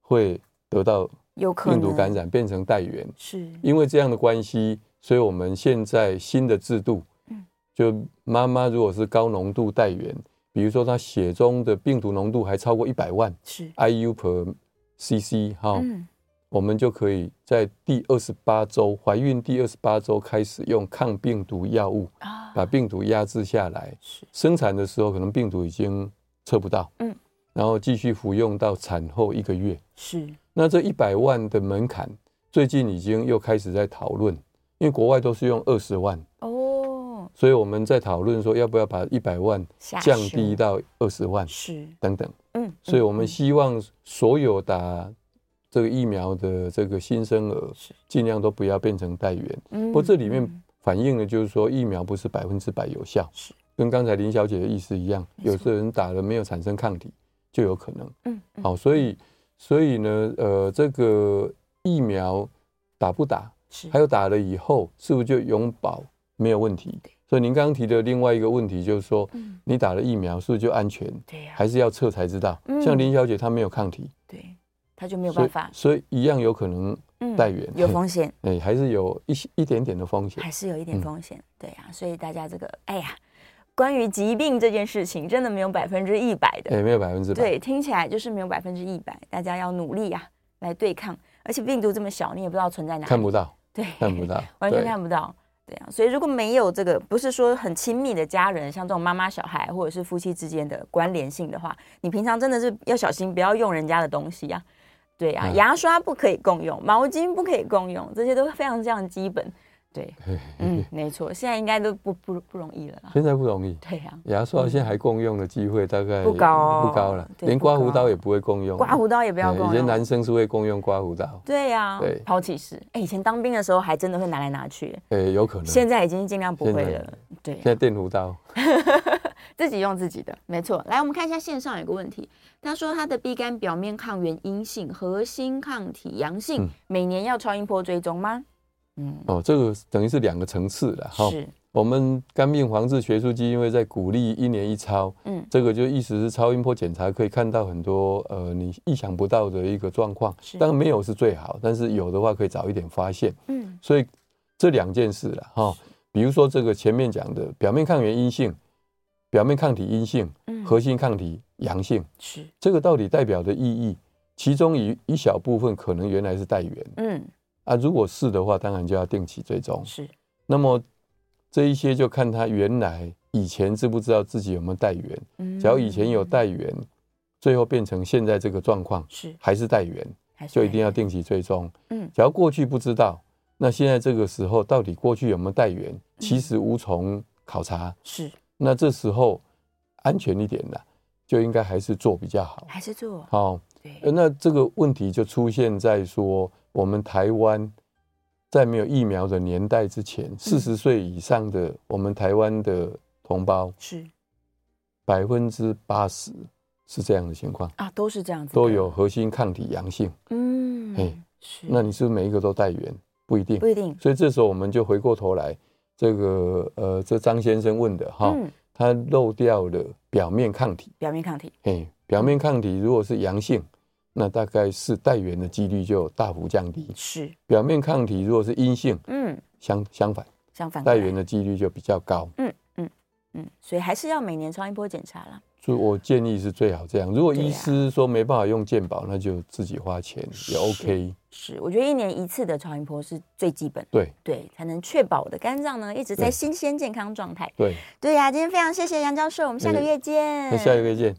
Speaker 3: 会得到
Speaker 2: 有可能
Speaker 3: 病毒感染变成带源，
Speaker 2: 是
Speaker 3: 因为这样的关系，所以我们现在新的制度
Speaker 2: 嗯，
Speaker 3: 就妈妈如果是高浓度带源，比如说她血中的病毒浓度还超过一百万
Speaker 2: 是
Speaker 3: IU per cc 哈、
Speaker 2: 嗯
Speaker 3: 我们就可以在第二十八周怀孕第二十八周开始用抗病毒药物
Speaker 2: 啊
Speaker 3: 把病毒压制下来。生产的时候可能病毒已经测不到，嗯，然后继续服用到产后一个月。
Speaker 2: 是，
Speaker 3: 那这一百万的门槛，最近已经又开始在讨论，因为国外都是用二十万哦，所以我们在讨论说要不要把一百万降低到二十万，
Speaker 2: 是
Speaker 3: 等等，嗯，所以我们希望所有打。这个疫苗的这个新生儿，尽量都不要变成带源。嗯，不过这里面反映的就是说，疫苗不是百分之百有效，
Speaker 2: 是
Speaker 3: 跟刚才林小姐的意思一样，有些人打了没有产生抗体，就有可能。嗯，好，所以所以呢，呃，这个疫苗打不打，还有打了以后是不是就永保没有问题？所以您刚刚提的另外一个问题就是说，
Speaker 2: 嗯
Speaker 3: 你打了疫苗是不是就安全？
Speaker 2: 对呀，
Speaker 3: 还是要测才知道。像林小姐她没有抗体，
Speaker 2: 对。他嗯就没有办法，嗯
Speaker 3: 所以一样有可能带源，
Speaker 2: 有风险，
Speaker 3: 哎，还是有一些一点点的风险，
Speaker 2: 还是有
Speaker 3: 嗯
Speaker 2: 一点风险，对呀，所以大家这个，哎呀，关于疾病这件事情，真的没有百分之一百的，
Speaker 3: 哎，没有百分之百，
Speaker 2: 对，听起来就是没有百分之一百，大家要努力呀，来对抗，而且病毒这么小，你也不知道存在哪，
Speaker 3: 看不到，
Speaker 2: 对，
Speaker 3: 看不到，
Speaker 2: 完全看不到，对啊，所以如果没有这个，不是说很亲密的家人，像这种妈妈、小孩或者是夫妻之间的关联性的话，你平常真的是要小心，不要用人家的东西呀。对
Speaker 3: 哎
Speaker 2: 呀、啊，牙刷不可以共用，毛巾不可以共用，这些都非常非常基本。对，嗯，没错，现在应该都不不不容易了。
Speaker 3: 现在不容易。
Speaker 2: 对呀、啊，
Speaker 3: 牙刷现在还共用的机会大概
Speaker 2: 不高，哦
Speaker 3: 不高了。连刮胡刀也不会共用，哎
Speaker 2: 刮胡刀也不要共用。
Speaker 3: 以前男生是会共用刮胡刀。
Speaker 2: 对呀、啊，
Speaker 3: 对，
Speaker 2: 抛弃式。哎，以前当兵的时候还真的会拿来拿去。
Speaker 3: 哎，有可能。
Speaker 2: 现在已经尽量不会了。对，
Speaker 3: 现在电胡刀。
Speaker 2: 自己用自己的，没错。来，我们看一下线上有个问题，他说他的 B 肝表面抗原阴性，核心抗体阳性，嗯、每年要超音波追踪吗？
Speaker 3: 嗯，哦，这个等于是两个层次了哈。
Speaker 2: 是。
Speaker 3: 我们肝病防治学术基金会在鼓励一年一超，嗯，这个就意思是超音波检查可以看到很多呃你意想不到的一个状况，当然没有是最好，但是有的话可以早一点发现。嗯，所以这两件事了哈，比如说这个前面讲的表面抗原阴性。表面抗体阴性，
Speaker 2: 嗯
Speaker 3: 核心抗体阳性，嗯、
Speaker 2: 是
Speaker 3: 这个到底代表的意义？其中一一小部分可能原来是带源，嗯啊，如果是的话，当然就要定期追踪。
Speaker 2: 是，
Speaker 3: 那么这一些就看他原来以前知不知道自己有没有带源，嗯、只要以前有带源，最后变成现在这个状况，
Speaker 2: 是
Speaker 3: 还是带源，就一定要定期追踪。嗯，只要过去不知道，那现在这个时候到底过去有没有带源，嗯、其实无从考察。
Speaker 2: 是。
Speaker 3: 那这时候安全一点了，就应该还是做比较好，
Speaker 2: 还是做
Speaker 3: 好。哦、对，那这个问题就出现在说，我们台湾在没有疫苗的年代之前，四十岁以上的我们台湾的同胞
Speaker 2: 是
Speaker 3: 百分之八十是这样的情况
Speaker 2: 啊，都是这样子，
Speaker 3: 都有核心抗体阳性。嗯，哎，
Speaker 2: 是，
Speaker 3: 那你是不是每一个都带源？不一定，
Speaker 2: 不一定。
Speaker 3: 所以这时候我们就回过头来。这个呃，这张先生问的哈，嗯、他漏掉了表面抗体。
Speaker 2: 表面抗体，
Speaker 3: 哎，表面抗体如果是阳性，那大概是带源的几率就大幅降低。
Speaker 2: 是，
Speaker 3: 表面抗体如果是阴性，嗯，相相反，
Speaker 2: 相反
Speaker 3: 带源的几率就比较高。
Speaker 2: 嗯嗯嗯，所以还是要每年超音波检查啦。
Speaker 3: 所以我建议是最好这样。如果医师说没办法用健保，那就自己花钱也 OK。
Speaker 2: 是，我觉得一年一次的超音波是最基本的，
Speaker 3: 对
Speaker 2: 对，才能确保我的肝脏呢一直在新鲜健康状态。
Speaker 3: 对
Speaker 2: 对呀、啊，今天非常谢谢杨教授，我们下个月见。
Speaker 3: 嗯下个月见。